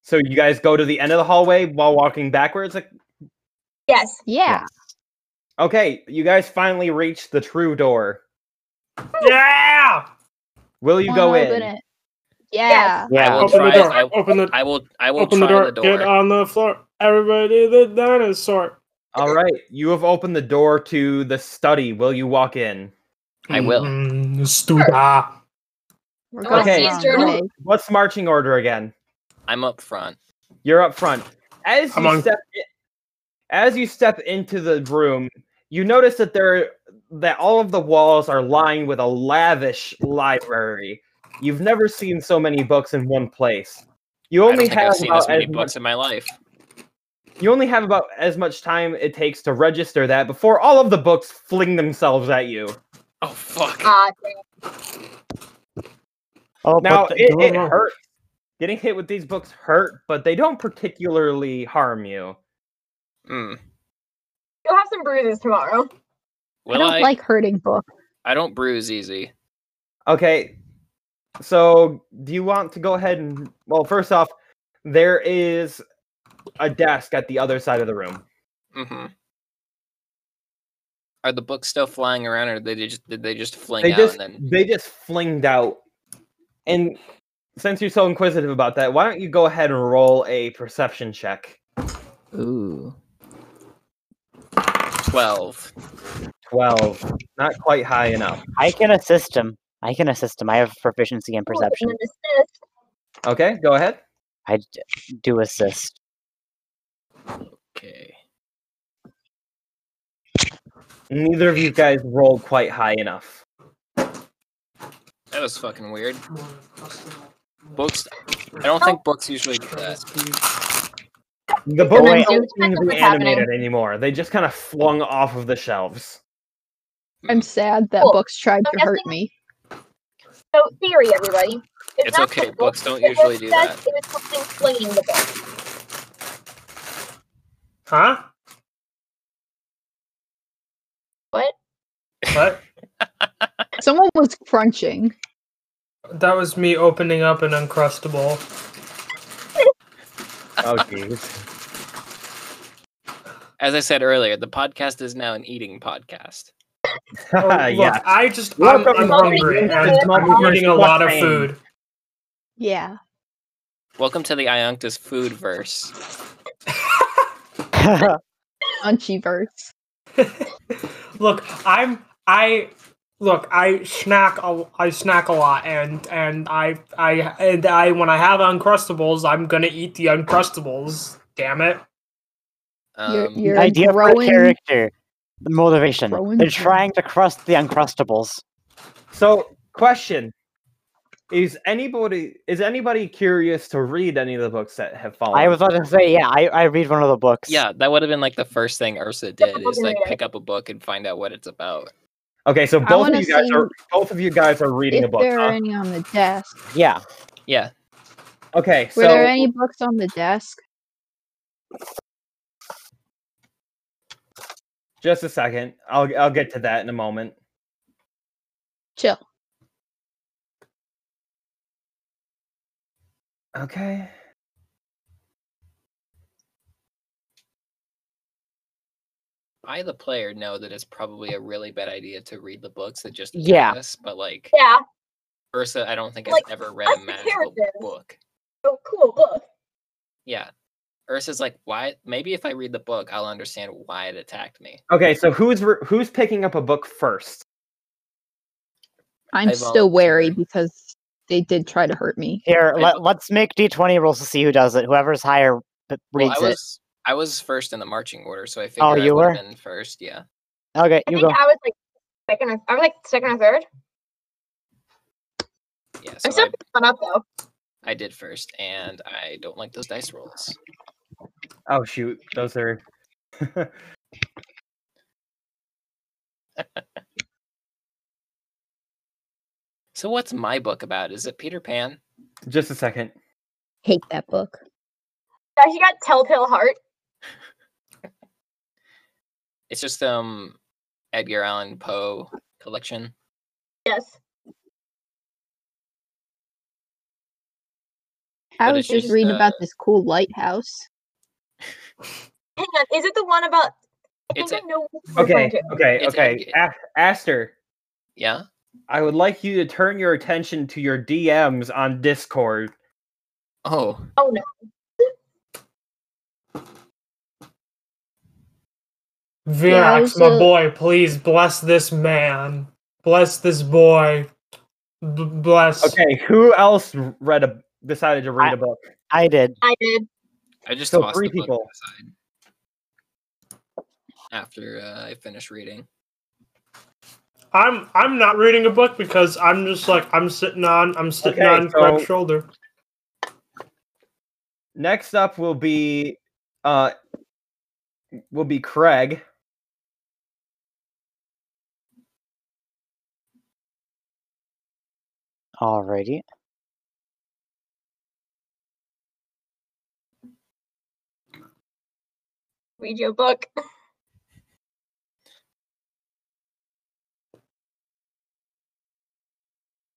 Speaker 1: So you guys go to the end of the hallway while walking backwards. Like,
Speaker 6: Yes.
Speaker 4: Yeah.
Speaker 1: Okay, you guys finally reach the true door.
Speaker 5: Yeah.
Speaker 1: Will you
Speaker 4: Wanna
Speaker 1: go in?
Speaker 4: open it. Yeah.
Speaker 3: I
Speaker 2: yeah,
Speaker 3: will
Speaker 5: Open the
Speaker 3: try.
Speaker 5: door.
Speaker 3: I,
Speaker 5: Open the
Speaker 3: I will. I will
Speaker 5: open
Speaker 3: try
Speaker 5: the door. Get
Speaker 3: door.
Speaker 5: on the floor. Everybody, the dinosaur.
Speaker 1: All right, you have opened the door to the study. Will you walk in?
Speaker 3: I will.
Speaker 5: Mm, Studa.
Speaker 4: We're
Speaker 6: I wanna
Speaker 4: going
Speaker 1: see
Speaker 4: the
Speaker 1: his
Speaker 4: wrong way.
Speaker 6: journal.
Speaker 1: What's marching order again?
Speaker 5: Mm-hmm.
Speaker 3: I'm up front.
Speaker 1: You're up front. As
Speaker 5: I'm
Speaker 1: you
Speaker 5: on-
Speaker 1: step i- as you step into the room, you notice that there that all of the walls are lined with a lavish library. You've never seen so many books in one place. You
Speaker 3: I don't
Speaker 1: only
Speaker 3: think
Speaker 1: have
Speaker 3: I've seen
Speaker 1: about
Speaker 3: this many
Speaker 1: as
Speaker 3: books in my life.
Speaker 1: much, you only have about as much time it takes to register that before all of the books fling themselves at you.
Speaker 3: Oh fuck!
Speaker 6: Ah,
Speaker 2: Oh,
Speaker 1: Now
Speaker 2: but the
Speaker 1: it,
Speaker 2: door-
Speaker 1: it hurts. Getting hit with these books hurt, but they don't particularly harm you.
Speaker 3: Mm.
Speaker 6: you'll have some bruises tomorrow.
Speaker 3: Will I?
Speaker 4: I don't like hurting books.
Speaker 3: I don't bruise easy.
Speaker 1: Okay. So, do you want to go ahead and well, first off, there is a desk at the other side of the room.
Speaker 3: hmm Are the books still flying around, or did they just did they just fling
Speaker 1: They
Speaker 3: out
Speaker 1: just
Speaker 3: and then?
Speaker 1: they just flinged out. And since you're so inquisitive about that, why don't you go ahead and roll a perception check?
Speaker 3: Ooh. Twelve.
Speaker 1: 12. Not quite high enough.
Speaker 2: I can assist him. I can assist him. I have proficiency in
Speaker 6: Oh, and
Speaker 2: perception.
Speaker 6: then this- this.
Speaker 1: Okay, go ahead.
Speaker 2: I d- do assist.
Speaker 3: Okay.
Speaker 1: Neither of you guys rolled quite high enough.
Speaker 3: That was fucking weird. Books. I don't think books usually do that.
Speaker 1: The
Speaker 6: Well,
Speaker 1: books
Speaker 2: then
Speaker 1: don't
Speaker 6: do check
Speaker 1: seem to
Speaker 6: what's
Speaker 1: be
Speaker 6: happening.
Speaker 1: animated anymore. They just kind of flung off of the shelves.
Speaker 4: I'm sad that
Speaker 6: Cool.
Speaker 4: books tried
Speaker 6: I'm
Speaker 4: to hurt
Speaker 6: guessing-
Speaker 4: me.
Speaker 6: So theory, everybody. It's,
Speaker 3: It's
Speaker 6: not
Speaker 3: okay,
Speaker 6: the book.
Speaker 3: books don't
Speaker 6: It was
Speaker 3: usually do
Speaker 6: just-
Speaker 3: that.
Speaker 6: It was something flinging the book.
Speaker 5: Huh?
Speaker 6: What?
Speaker 5: What?
Speaker 4: Someone was crunching.
Speaker 5: That was me opening up an uncrustable.
Speaker 1: Oh, jeez.
Speaker 3: As I said earlier, the podcast is now an eating podcast.
Speaker 5: Oh, look,
Speaker 1: yeah.
Speaker 5: I just
Speaker 1: You're
Speaker 5: I'm,
Speaker 1: from
Speaker 5: I'm
Speaker 6: Long
Speaker 5: hungry and
Speaker 6: Beach, Texas.
Speaker 5: I'm eating a lot of
Speaker 1: Fine.
Speaker 5: food.
Speaker 4: Yeah.
Speaker 3: Welcome to the Iunctus food verse.
Speaker 4: Crunchy verse.
Speaker 5: look, I'm I look, I snack a, I snack a lot and and I I and I when I have uncrustables, I'm going to eat the uncrustables. Damn it.
Speaker 4: You're-
Speaker 3: Um,
Speaker 4: you're-
Speaker 2: idea for
Speaker 4: growing-
Speaker 2: a character. The motivation.
Speaker 4: growing
Speaker 2: They're
Speaker 4: thing.
Speaker 2: trying to crust the uncrustables.
Speaker 1: So, question: Is anybody is anybody curious to read any of the books that have fallen?
Speaker 2: I was about to say, yeah, I, I read one of the books.
Speaker 3: Oh. yeah, that would have been like the first thing Ursa did is like pick up a book and find out what it's about.
Speaker 1: okay. So
Speaker 4: I
Speaker 1: both of
Speaker 4: wanna
Speaker 1: you guys
Speaker 4: see
Speaker 1: are both of you guys are reading a
Speaker 4: If
Speaker 1: book.
Speaker 4: there are
Speaker 1: Huh?
Speaker 4: any on the desk.
Speaker 2: Yeah.
Speaker 3: Yeah,
Speaker 1: Okay,
Speaker 4: Were
Speaker 1: so
Speaker 4: there any books on the desk?
Speaker 1: just a second. I'll I'll get to that in a moment.
Speaker 4: Chill.
Speaker 1: Okay.
Speaker 3: I the player know that it's probably a really bad idea to read the books that just
Speaker 2: Yeah.
Speaker 3: us, but like
Speaker 6: Yeah.
Speaker 3: Ursa, I don't think
Speaker 6: Like,
Speaker 3: has ever read
Speaker 6: us
Speaker 3: a
Speaker 6: the
Speaker 3: magical
Speaker 6: characters.
Speaker 3: book.
Speaker 6: Oh, cool book.
Speaker 3: Yeah. Ursa's like, why? Maybe if I read the book, I'll understand why it attacked me.
Speaker 1: Okay, so who's re- who's picking up a book first?
Speaker 4: I'm
Speaker 3: I
Speaker 4: still wary
Speaker 3: volunteer.
Speaker 4: because they did try to hurt me.
Speaker 2: Here,
Speaker 3: I
Speaker 2: let, let's make D20 rolls to see who does it. Whoever's higher p-
Speaker 3: Well,
Speaker 2: reads
Speaker 3: I was I was first in the marching order, so I figured I
Speaker 2: you
Speaker 3: would
Speaker 2: were?
Speaker 3: have been first. Yeah.
Speaker 2: it. Okay,
Speaker 6: I
Speaker 2: you
Speaker 6: think
Speaker 2: go.
Speaker 6: I was like second or I was like second or third.
Speaker 3: Yeah.
Speaker 6: I'm
Speaker 3: So
Speaker 6: still
Speaker 3: I,
Speaker 6: picking one up though.
Speaker 3: I did first, and I don't like those dice rolls.
Speaker 1: Oh shoot, those are
Speaker 3: So what's my book about? Is it Peter Pan?
Speaker 1: just a second.
Speaker 4: Hate that book.
Speaker 6: Yeah, he got Telltale Heart.
Speaker 3: It's just um Edgar Allan Poe collection.
Speaker 6: Yes.
Speaker 4: I
Speaker 3: But
Speaker 4: was
Speaker 3: it's
Speaker 4: just
Speaker 3: just,
Speaker 4: reading about
Speaker 3: uh,
Speaker 4: this cool lighthouse.
Speaker 6: Hang on, is it the one about? I think
Speaker 3: It's
Speaker 6: I
Speaker 3: a-
Speaker 6: know. what you're referring
Speaker 1: Okay,
Speaker 6: to.
Speaker 1: okay,
Speaker 3: It's
Speaker 1: okay. A- Aster,
Speaker 3: Yeah.
Speaker 1: I would like you to turn your attention to your DMs on Discord.
Speaker 3: Oh,
Speaker 6: Oh no.
Speaker 4: Yeah, it
Speaker 5: Virax,
Speaker 4: was
Speaker 5: my
Speaker 4: a-
Speaker 5: boy, please bless this man. Bless this boy. B- bless.
Speaker 1: Okay, who else r- read a decided to read a book?
Speaker 2: I did.
Speaker 6: I did.
Speaker 3: I just
Speaker 1: So
Speaker 3: tossed
Speaker 1: three
Speaker 3: the book to
Speaker 1: people.
Speaker 3: the side after uh, I finished reading.
Speaker 5: I'm I'm not reading a book because I'm just like I'm sitting on I'm sitting
Speaker 1: Okay,
Speaker 5: on Craig's
Speaker 1: so-
Speaker 5: shoulder.
Speaker 1: Next up will be uh will be Craig.
Speaker 2: Alrighty.
Speaker 6: Read your book.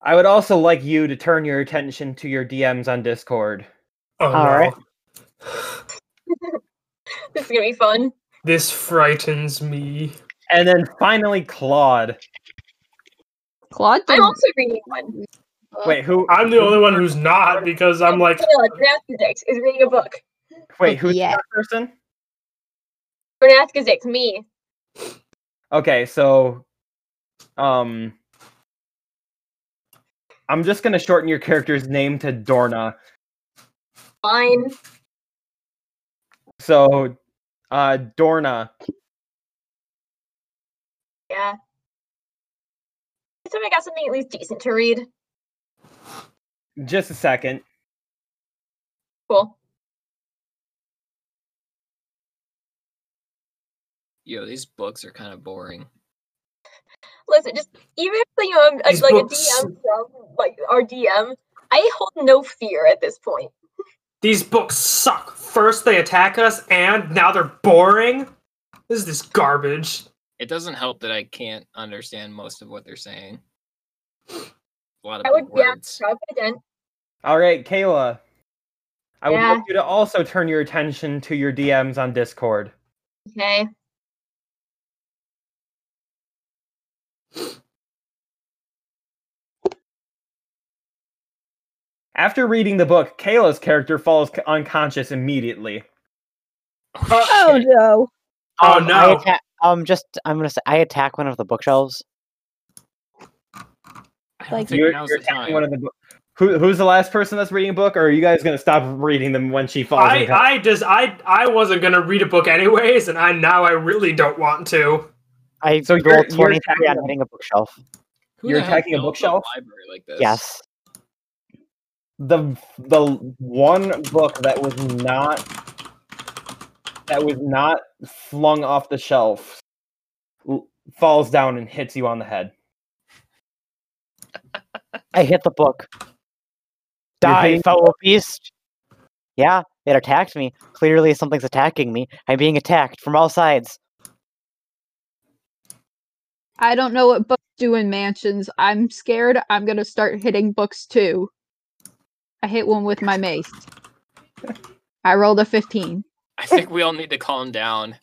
Speaker 1: I would also like you to turn your attention to your DMs on Discord.
Speaker 5: Oh,
Speaker 2: All
Speaker 5: no.
Speaker 2: right.
Speaker 6: This is gonna be fun.
Speaker 5: This frightens me.
Speaker 1: And then finally Claude.
Speaker 4: Claude
Speaker 6: I'm
Speaker 4: didn't
Speaker 6: also reading one.
Speaker 4: book.
Speaker 1: Wait, who
Speaker 5: I'm the only one who's not because I'm like
Speaker 6: Camilla, Gnaskazix is reading a book.
Speaker 1: wait, who's
Speaker 4: Yeah.
Speaker 1: that person?
Speaker 6: Gnaskazix, me.
Speaker 1: Okay, so um I'm just gonna shorten your character's name to Dorna.
Speaker 6: Mine.
Speaker 1: So uh Dorna.
Speaker 6: Yeah. So I got something at least decent to read.
Speaker 1: Just a second.
Speaker 6: Cool.
Speaker 3: Yo, these books are kind of boring.
Speaker 6: Listen, just even if you know I'm like,
Speaker 5: These
Speaker 6: like a
Speaker 5: books-
Speaker 6: DM from like our DM, I hold no fear at this point.
Speaker 5: these books suck. First they attack us and now they're boring. This is this garbage.
Speaker 3: It doesn't help that I can't understand most of what they're saying. A lot of
Speaker 6: I would,
Speaker 3: big
Speaker 6: yeah,
Speaker 3: words.
Speaker 6: probably then.
Speaker 1: All right, Kayla. I would
Speaker 6: Yeah.
Speaker 1: like you to also turn your attention to your DMs on Discord.
Speaker 6: Okay.
Speaker 1: After reading the book, Kayla's character falls c- unconscious immediately.
Speaker 4: Oh
Speaker 3: shit.
Speaker 4: no.
Speaker 5: Oh,
Speaker 2: Um, I
Speaker 5: no.
Speaker 2: atta- um, just I'm gonna say I attack one of the bookshelves.
Speaker 3: I don't
Speaker 4: Like-
Speaker 3: think
Speaker 1: You're,
Speaker 3: now's
Speaker 1: you're
Speaker 3: the
Speaker 1: attacking
Speaker 3: time.
Speaker 1: one of the bo- Who, who's the last person that's reading a book, or are you guys going to stop reading them when she falls
Speaker 5: I,
Speaker 1: unconscious?
Speaker 5: I just I I wasn't gonna read a book anyways, and I now I really don't want to.
Speaker 2: I
Speaker 1: So
Speaker 2: so
Speaker 1: you're-
Speaker 2: rolled
Speaker 1: you're
Speaker 2: twenty three
Speaker 1: attacking
Speaker 2: on
Speaker 1: them.
Speaker 2: hitting a bookshelf.
Speaker 3: Who
Speaker 1: you're
Speaker 3: the hell
Speaker 1: attacking a
Speaker 3: builds
Speaker 1: bookshelf?
Speaker 3: library like this?
Speaker 2: Yes.
Speaker 1: the the one book that was not that was not flung off the shelf l- falls down and hits you on the head.
Speaker 2: I hit the book.
Speaker 1: You're
Speaker 2: Die,
Speaker 1: hitting the
Speaker 2: fellow beast. Yeah, it attacked me. Clearly, something's attacking me. I'm being attacked from all sides.
Speaker 4: I don't know what books do in mansions. I'm scared. I'm gonna start hitting books too. I hit one with my mace. I rolled a 15.
Speaker 3: I think we all need to calm down.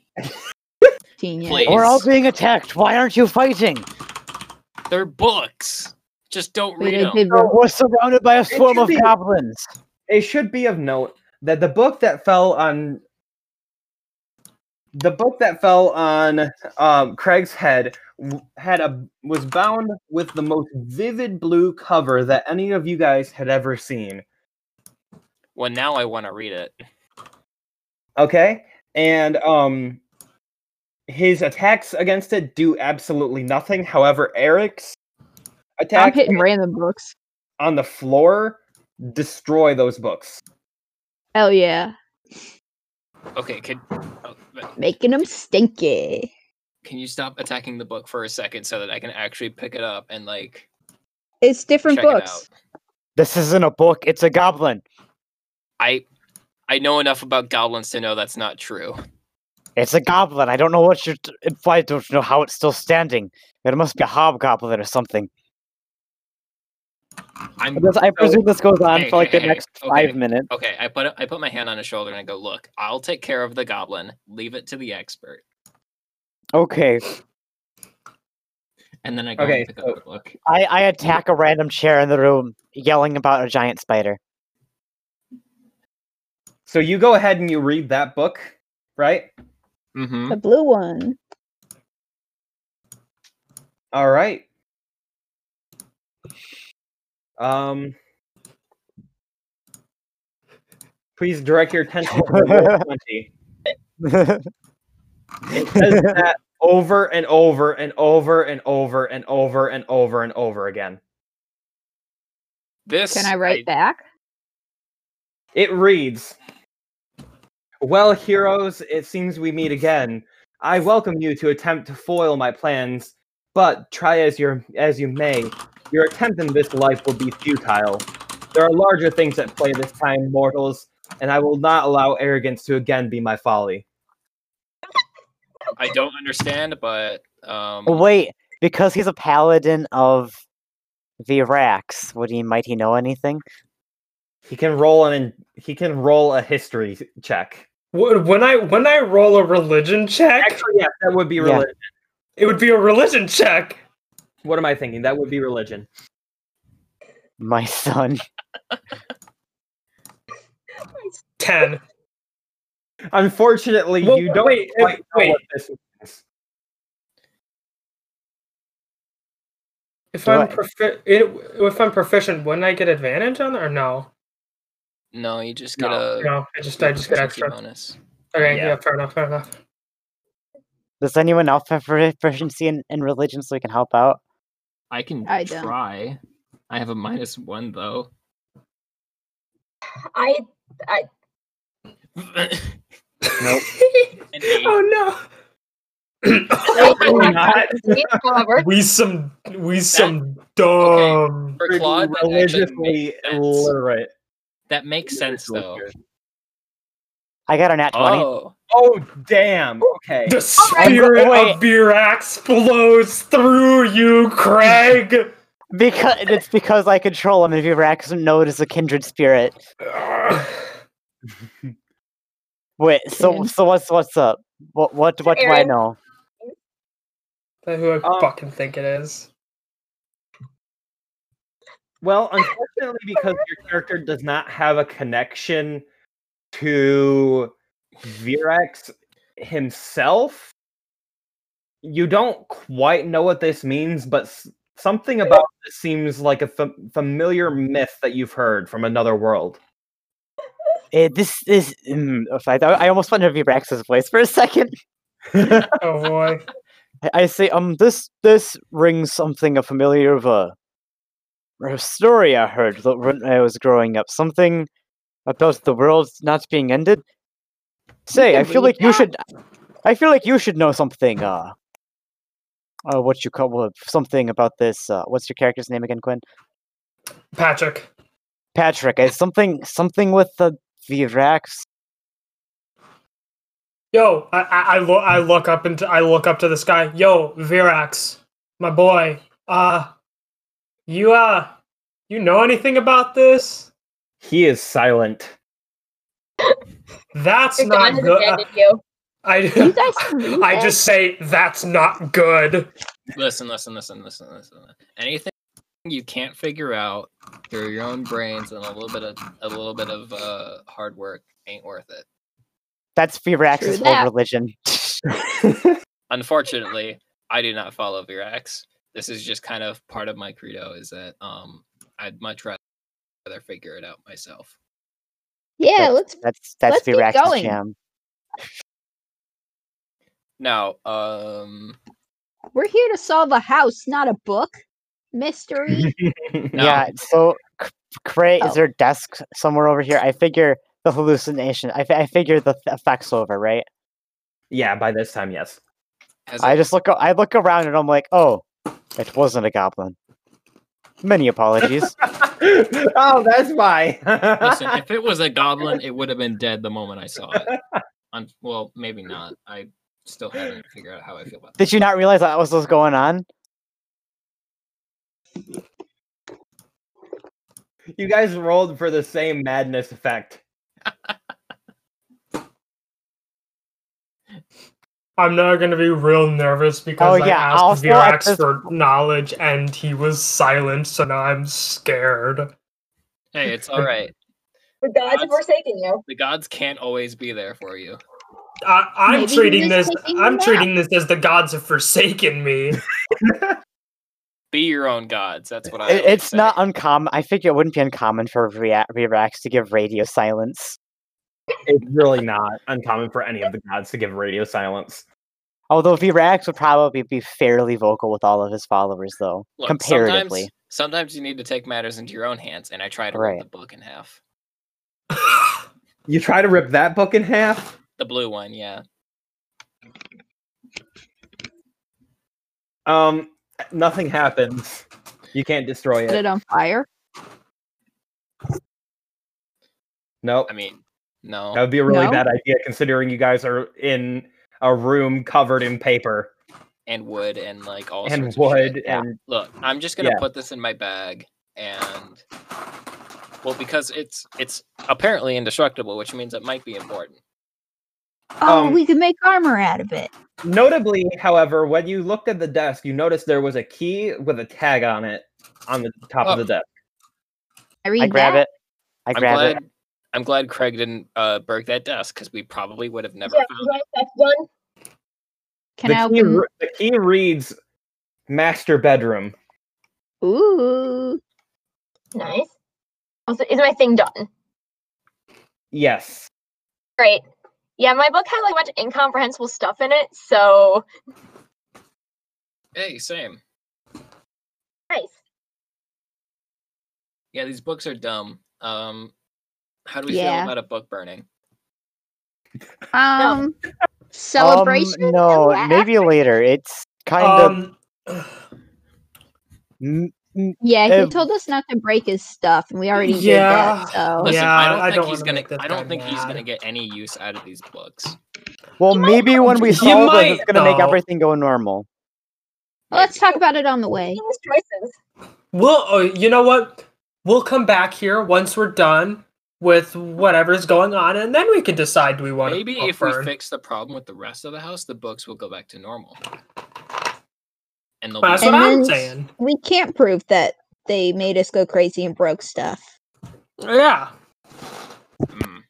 Speaker 4: 15 yeah.
Speaker 3: Please.
Speaker 2: We're all
Speaker 3: Ace.
Speaker 2: being attacked. Why aren't you fighting?
Speaker 3: They're books. Just don't
Speaker 4: Wait,
Speaker 3: read
Speaker 4: I
Speaker 3: them.
Speaker 4: did roll.
Speaker 2: We're surrounded by a swarm
Speaker 1: should
Speaker 2: of
Speaker 1: be-
Speaker 2: goblins.
Speaker 1: It should be of note that the book that fell on the book that fell on um, Craig's head w- had a was bound with the most vivid blue cover that any of you guys had ever seen.
Speaker 3: Well, now I want to read it.
Speaker 1: Okay. And um his attacks against it do absolutely nothing. However, Eric's
Speaker 4: I'm
Speaker 1: attacks
Speaker 4: hitting random books.
Speaker 1: on the floor destroy those books.
Speaker 4: Hell yeah.
Speaker 3: Okay, can oh, but
Speaker 4: Making them stinky.
Speaker 3: can you stop attacking the book for a second so that I can actually pick it up and like
Speaker 4: It's different
Speaker 3: check it out?
Speaker 4: books.
Speaker 2: This isn't a book. It's a goblin.
Speaker 3: I I know enough about goblins to know that's not true.
Speaker 2: It's a goblin. I don't know what you're. T- if I don't know how it's still standing. It must be a hobgoblin or something.
Speaker 1: Mm-hmm.
Speaker 3: I'm
Speaker 2: This- I presume this goes on
Speaker 3: Hey,
Speaker 2: for like
Speaker 3: hey,
Speaker 2: the
Speaker 3: hey,
Speaker 2: next
Speaker 3: okay.
Speaker 2: five minutes.
Speaker 3: okay. I put I put my hand on his shoulder and I go, "Look, I'll take care of the goblin. Leave it to the expert."
Speaker 2: Okay.
Speaker 3: And then I go
Speaker 1: Okay,
Speaker 3: and pick
Speaker 1: so-
Speaker 3: up the book.
Speaker 2: I, I attack a random chair in the room, yelling about a giant spider.
Speaker 1: So you go ahead and you read that book, right?
Speaker 3: Mm-hmm.
Speaker 4: The blue one.
Speaker 1: All right. Um Please direct your attention to the roll 20. It says that over and over and over and over and over and over and over again.
Speaker 3: This
Speaker 4: Can I write back?
Speaker 1: It reads Well, heroes, it seems we meet again. I welcome you to attempt to foil my plans, but try as your as you may, your attempt in this life will be futile. There are larger things at play this time, mortals, and I will not allow arrogance to again be my folly.
Speaker 3: I don't understand, but um,
Speaker 2: Wait, because he's a paladin of Virax, would he might he know anything?
Speaker 1: He can roll an he can roll a history check.
Speaker 5: Wh- When I when I roll a religion check,
Speaker 1: Actually, yeah, that would be
Speaker 2: Yeah.
Speaker 1: religion.
Speaker 5: it would be a religion check.
Speaker 1: What am I thinking? That would be religion.
Speaker 2: My son.
Speaker 5: Ten.
Speaker 1: Unfortunately,
Speaker 5: Well,
Speaker 1: you don't
Speaker 5: wait,
Speaker 1: quite know
Speaker 5: wait.
Speaker 1: what this is.
Speaker 5: If
Speaker 2: Do
Speaker 5: I'm
Speaker 2: I-
Speaker 5: profi- it, if I'm proficient, wouldn't I get advantage on it or no?
Speaker 3: no, you just get
Speaker 1: No,
Speaker 3: a
Speaker 5: No, I just I just get
Speaker 3: proficiency
Speaker 5: extra.
Speaker 3: bonus.
Speaker 5: Okay,
Speaker 1: Yeah.
Speaker 5: yeah. fair enough, fair enough.
Speaker 2: Does anyone else have profi- proficiency in, in religion so we can help out?
Speaker 3: I can
Speaker 4: I don't.
Speaker 3: try. I have a minus one though.
Speaker 6: I
Speaker 3: An
Speaker 1: Nope.
Speaker 3: eight.
Speaker 5: oh no.
Speaker 1: Probably not.
Speaker 6: however.
Speaker 5: we some we some uh, dumb.
Speaker 3: For Claude, that actually
Speaker 1: religiously
Speaker 3: makes sense.
Speaker 1: illiterate.
Speaker 3: That makes sense though.
Speaker 2: I got a nat 20.
Speaker 3: Oh,
Speaker 1: Oh damn. Okay.
Speaker 5: The
Speaker 6: right,
Speaker 5: spirit
Speaker 2: wait.
Speaker 5: of Birax blows through you, Craig.
Speaker 2: Because it's because I control him. If you Rax known as a kindred spirit.
Speaker 5: Ugh.
Speaker 2: Wait, so
Speaker 4: Yeah.
Speaker 2: so what's what's up? What what what do I
Speaker 6: Aaron.
Speaker 2: know?
Speaker 5: That's who I
Speaker 2: Uh,
Speaker 1: Um,
Speaker 5: fucking think it is.
Speaker 1: Well, unfortunately, because your character does not have a connection to Virex himself, you don't quite know what this means, but s- something about this seems like a fam- familiar myth that you've heard from another world.
Speaker 2: Eh, this is mm, if I, I almost went to Vrax's voice for a second.
Speaker 5: Oh boy.
Speaker 2: I- I say, um, this this rings something a familiar of a, a story I heard tho- when I was growing up. Something about the world not being ended. Say, I
Speaker 4: can
Speaker 2: feel
Speaker 4: read
Speaker 2: like you should. I feel like you should know something. Uh, uh what you call well, something about this? Uh, what's your character's name again, Quinn?
Speaker 5: Patrick.
Speaker 2: Patrick. It's something something with the Virax.
Speaker 5: Yo, I I, I, lo- I look up into I look up to the sky. Yo, Virax, my boy. Uh you uh you know anything about this?
Speaker 1: He is silent.
Speaker 5: That's
Speaker 6: Your god
Speaker 5: not
Speaker 6: has
Speaker 5: good. Uh,
Speaker 6: abandoned you.
Speaker 4: You
Speaker 5: I
Speaker 4: guys can read
Speaker 5: I
Speaker 4: this?
Speaker 5: just say that's not good.
Speaker 3: listen, listen, listen, listen, listen. Anything you can't figure out through your own brains and a little bit of a little bit of uh, hard work ain't worth it.
Speaker 2: That's Virax's
Speaker 4: True
Speaker 2: whole
Speaker 4: that.
Speaker 2: religion.
Speaker 3: Unfortunately, I do not follow Virax. This is just kind of part of my credo. Is that um, I'd much rather figure it out myself.
Speaker 4: yeah, let's
Speaker 2: That's that's
Speaker 4: Let's keep
Speaker 2: Virax's
Speaker 4: going.
Speaker 2: jam.
Speaker 3: Now, um,
Speaker 4: we're here to solve a house, not a book. Mystery.
Speaker 3: No.
Speaker 2: Yeah. So, C- Cray,
Speaker 4: Oh.
Speaker 2: is there a desk somewhere over here? I figure the hallucination. I, fi- I figure the th- effects over, right?
Speaker 1: yeah, by this time, yes.
Speaker 3: has
Speaker 2: I
Speaker 3: it-
Speaker 2: just look. a- I look around and I'm like, oh, it wasn't a goblin. Many apologies.
Speaker 1: oh, that's why.
Speaker 3: Listen, if it was a goblin, it would have been dead the moment I saw it. Un- well, maybe not. I still haven't figured out how I feel about that.
Speaker 2: Did you not realize that was what's going on?
Speaker 1: you guys rolled for the same madness effect.
Speaker 5: I'm now gonna be real nervous because
Speaker 2: Oh,
Speaker 5: I
Speaker 2: yeah,
Speaker 5: asked
Speaker 2: also at
Speaker 5: Virax
Speaker 2: this-
Speaker 5: for knowledge and he was silent, so now I'm scared.
Speaker 3: Hey, it's all right.
Speaker 6: The gods have
Speaker 3: Gods-
Speaker 6: forsaken you.
Speaker 3: The gods can't always be there for you.
Speaker 5: I, I'm
Speaker 4: Maybe he
Speaker 5: treating
Speaker 4: was
Speaker 5: this.
Speaker 4: taking a
Speaker 5: I'm
Speaker 4: nap.
Speaker 5: treating this as the gods have forsaken me.
Speaker 3: Be your own gods. That's what
Speaker 2: It,
Speaker 3: I. always
Speaker 2: it's not
Speaker 3: say.
Speaker 2: uncommon. I figure it wouldn't be uncommon for Vira- Virax to give radio silence.
Speaker 1: It's really not uncommon for any of the gods to give radio silence.
Speaker 2: Although Virax would probably be fairly vocal with all of his followers, though,
Speaker 3: Look,
Speaker 2: comparatively.
Speaker 3: Sometimes, sometimes you need to take matters into your own hands, and I try to
Speaker 2: Right.
Speaker 3: rip the book in half.
Speaker 1: You try to rip that book in half?
Speaker 3: The blue one, yeah.
Speaker 1: Um, nothing happens. You can't destroy
Speaker 4: Set
Speaker 1: it.
Speaker 4: it on fire.
Speaker 1: Nope.
Speaker 3: I mean, no.
Speaker 1: That would be a really
Speaker 4: No?
Speaker 1: bad idea considering you guys are in a room covered in paper
Speaker 3: And wood and like all
Speaker 1: and
Speaker 3: sorts of shit.
Speaker 1: wood
Speaker 2: yeah.
Speaker 1: and
Speaker 3: look i'm just gonna
Speaker 1: Yeah.
Speaker 3: put this in my bag and well because it's it's apparently indestructible which means it might be important
Speaker 4: Oh,
Speaker 1: Um,
Speaker 4: we could make armor out of it.
Speaker 1: notably, however, when you looked at the desk, you noticed there was a key with a tag on it on the top of
Speaker 3: Oh.
Speaker 1: the desk.
Speaker 4: I read
Speaker 2: I grab
Speaker 4: that.
Speaker 2: it. I
Speaker 3: i'm
Speaker 2: grab
Speaker 3: glad
Speaker 2: it.
Speaker 3: i'm glad craig didn't uh burg that desk because we probably would have never
Speaker 6: Yeah,
Speaker 3: found
Speaker 6: right, that's done.
Speaker 4: Can I
Speaker 1: the, key,
Speaker 4: open?
Speaker 1: re- the key reads master bedroom.
Speaker 4: Ooh,
Speaker 6: Nice. Also, is my thing done?
Speaker 1: Yes.
Speaker 6: Great. Yeah, my book had like a bunch of incomprehensible stuff in it, so
Speaker 3: it hey same
Speaker 6: nice.
Speaker 3: yeah these books are dumb um how do we feel
Speaker 4: Yeah.
Speaker 3: about a book burning
Speaker 4: um,
Speaker 2: Um,
Speaker 4: celebration. and
Speaker 2: no,
Speaker 4: laugh?
Speaker 3: Um,
Speaker 2: maybe later. It's kind of
Speaker 5: um,
Speaker 2: m-
Speaker 4: Yeah, he
Speaker 2: Ev-
Speaker 4: told us not to break his stuff, and we already
Speaker 5: Yeah.
Speaker 4: did that. So
Speaker 5: Oh, Yeah.
Speaker 3: Listen, I don't
Speaker 5: I
Speaker 3: think
Speaker 5: don't
Speaker 3: he's
Speaker 5: wanna
Speaker 3: gonna.
Speaker 5: make this
Speaker 3: I
Speaker 5: guy
Speaker 3: don't think he's
Speaker 5: mad.
Speaker 3: gonna get any use out of these books.
Speaker 2: Well,
Speaker 6: You might
Speaker 2: maybe
Speaker 6: not
Speaker 2: when we
Speaker 6: do- You
Speaker 2: solve this,
Speaker 5: might,
Speaker 2: it's gonna make
Speaker 5: though.
Speaker 2: everything go normal.
Speaker 4: Well, let's talk about it on the way.
Speaker 6: These choices.
Speaker 5: We'll, oh, you know what? We'll come back here once we're done with whatever's going on, and then we can decide do we want
Speaker 3: Maybe
Speaker 5: to
Speaker 3: if we fix the problem with the rest of the house, the books will go back to normal. And they'll
Speaker 5: That's
Speaker 3: be
Speaker 5: what
Speaker 4: And
Speaker 5: I'm
Speaker 4: then-
Speaker 5: saying.
Speaker 4: We can't prove that they made us go crazy and broke stuff.
Speaker 5: Yeah.
Speaker 3: Mm.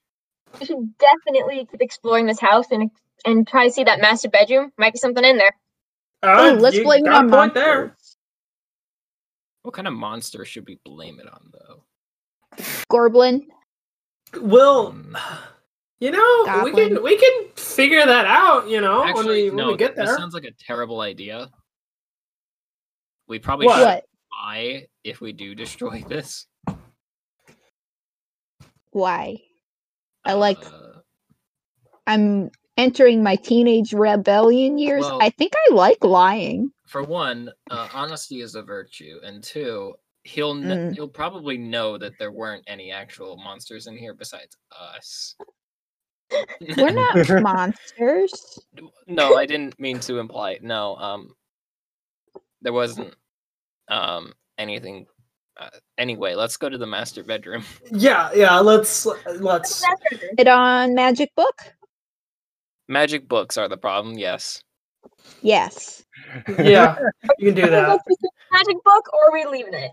Speaker 6: We should definitely keep exploring this house and and try to see that master bedroom. Might be something in there.
Speaker 5: Uh,
Speaker 4: Ooh, Oh, let's
Speaker 5: you
Speaker 4: blame it
Speaker 5: got a
Speaker 4: on
Speaker 5: point there.
Speaker 3: What kind of monster should we blame it on though?
Speaker 4: Gorblin,
Speaker 5: Well,
Speaker 3: Mm.
Speaker 5: you know, we
Speaker 4: Goblin.
Speaker 5: can we can figure that out. You know,
Speaker 3: Actually,
Speaker 5: when we when
Speaker 3: no.
Speaker 5: we get
Speaker 3: that
Speaker 5: there.
Speaker 3: sounds like a terrible idea. We probably
Speaker 5: What?
Speaker 3: should
Speaker 4: what?
Speaker 3: buy if we do destroy this.
Speaker 4: Why? I like.
Speaker 3: Uh,
Speaker 4: I'm entering my teenage rebellion years.
Speaker 3: Well-
Speaker 4: I think I like lying.
Speaker 3: for one, uh, honesty is a virtue, and two, he'll kn-
Speaker 2: Mm-hmm.
Speaker 4: Mm.
Speaker 3: he'll probably know that there weren't any actual monsters in here besides us.
Speaker 4: We're not monsters.
Speaker 3: no, I didn't mean to imply. No, um, there wasn't um anything. Uh, anyway, let's go to the master bedroom.
Speaker 5: Yeah, yeah. Let's let's.
Speaker 6: Master bedroom.
Speaker 4: It on magic book?
Speaker 3: Magic books are the problem. Yes.
Speaker 4: Yes.
Speaker 5: Yeah, you can do
Speaker 6: Either
Speaker 5: that.
Speaker 6: let's just do the Magic book, or we leaving it.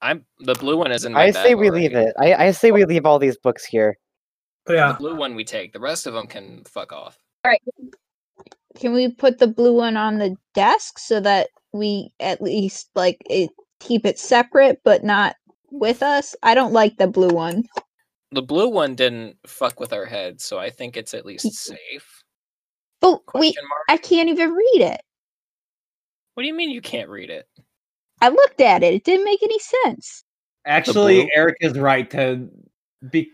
Speaker 3: I'm the blue one is in. My
Speaker 2: I say
Speaker 3: bag
Speaker 2: we leave
Speaker 3: already.
Speaker 2: it. I, I say we leave all these books here.
Speaker 3: The
Speaker 5: Yeah.
Speaker 3: blue one we take. The rest of them can fuck off.
Speaker 6: All right.
Speaker 4: Can we put the blue one on the desk so that we at least like it, keep it separate but not with us? I don't like the blue one.
Speaker 3: The blue one didn't fuck with our heads, so I think it's at least safe.
Speaker 4: But we
Speaker 3: Question mark.
Speaker 4: Oh, I can't even read it.
Speaker 3: What do you mean you can't read it?
Speaker 4: I looked at it. It didn't make any sense.
Speaker 1: Actually,
Speaker 3: blue-
Speaker 1: Eric is right to be.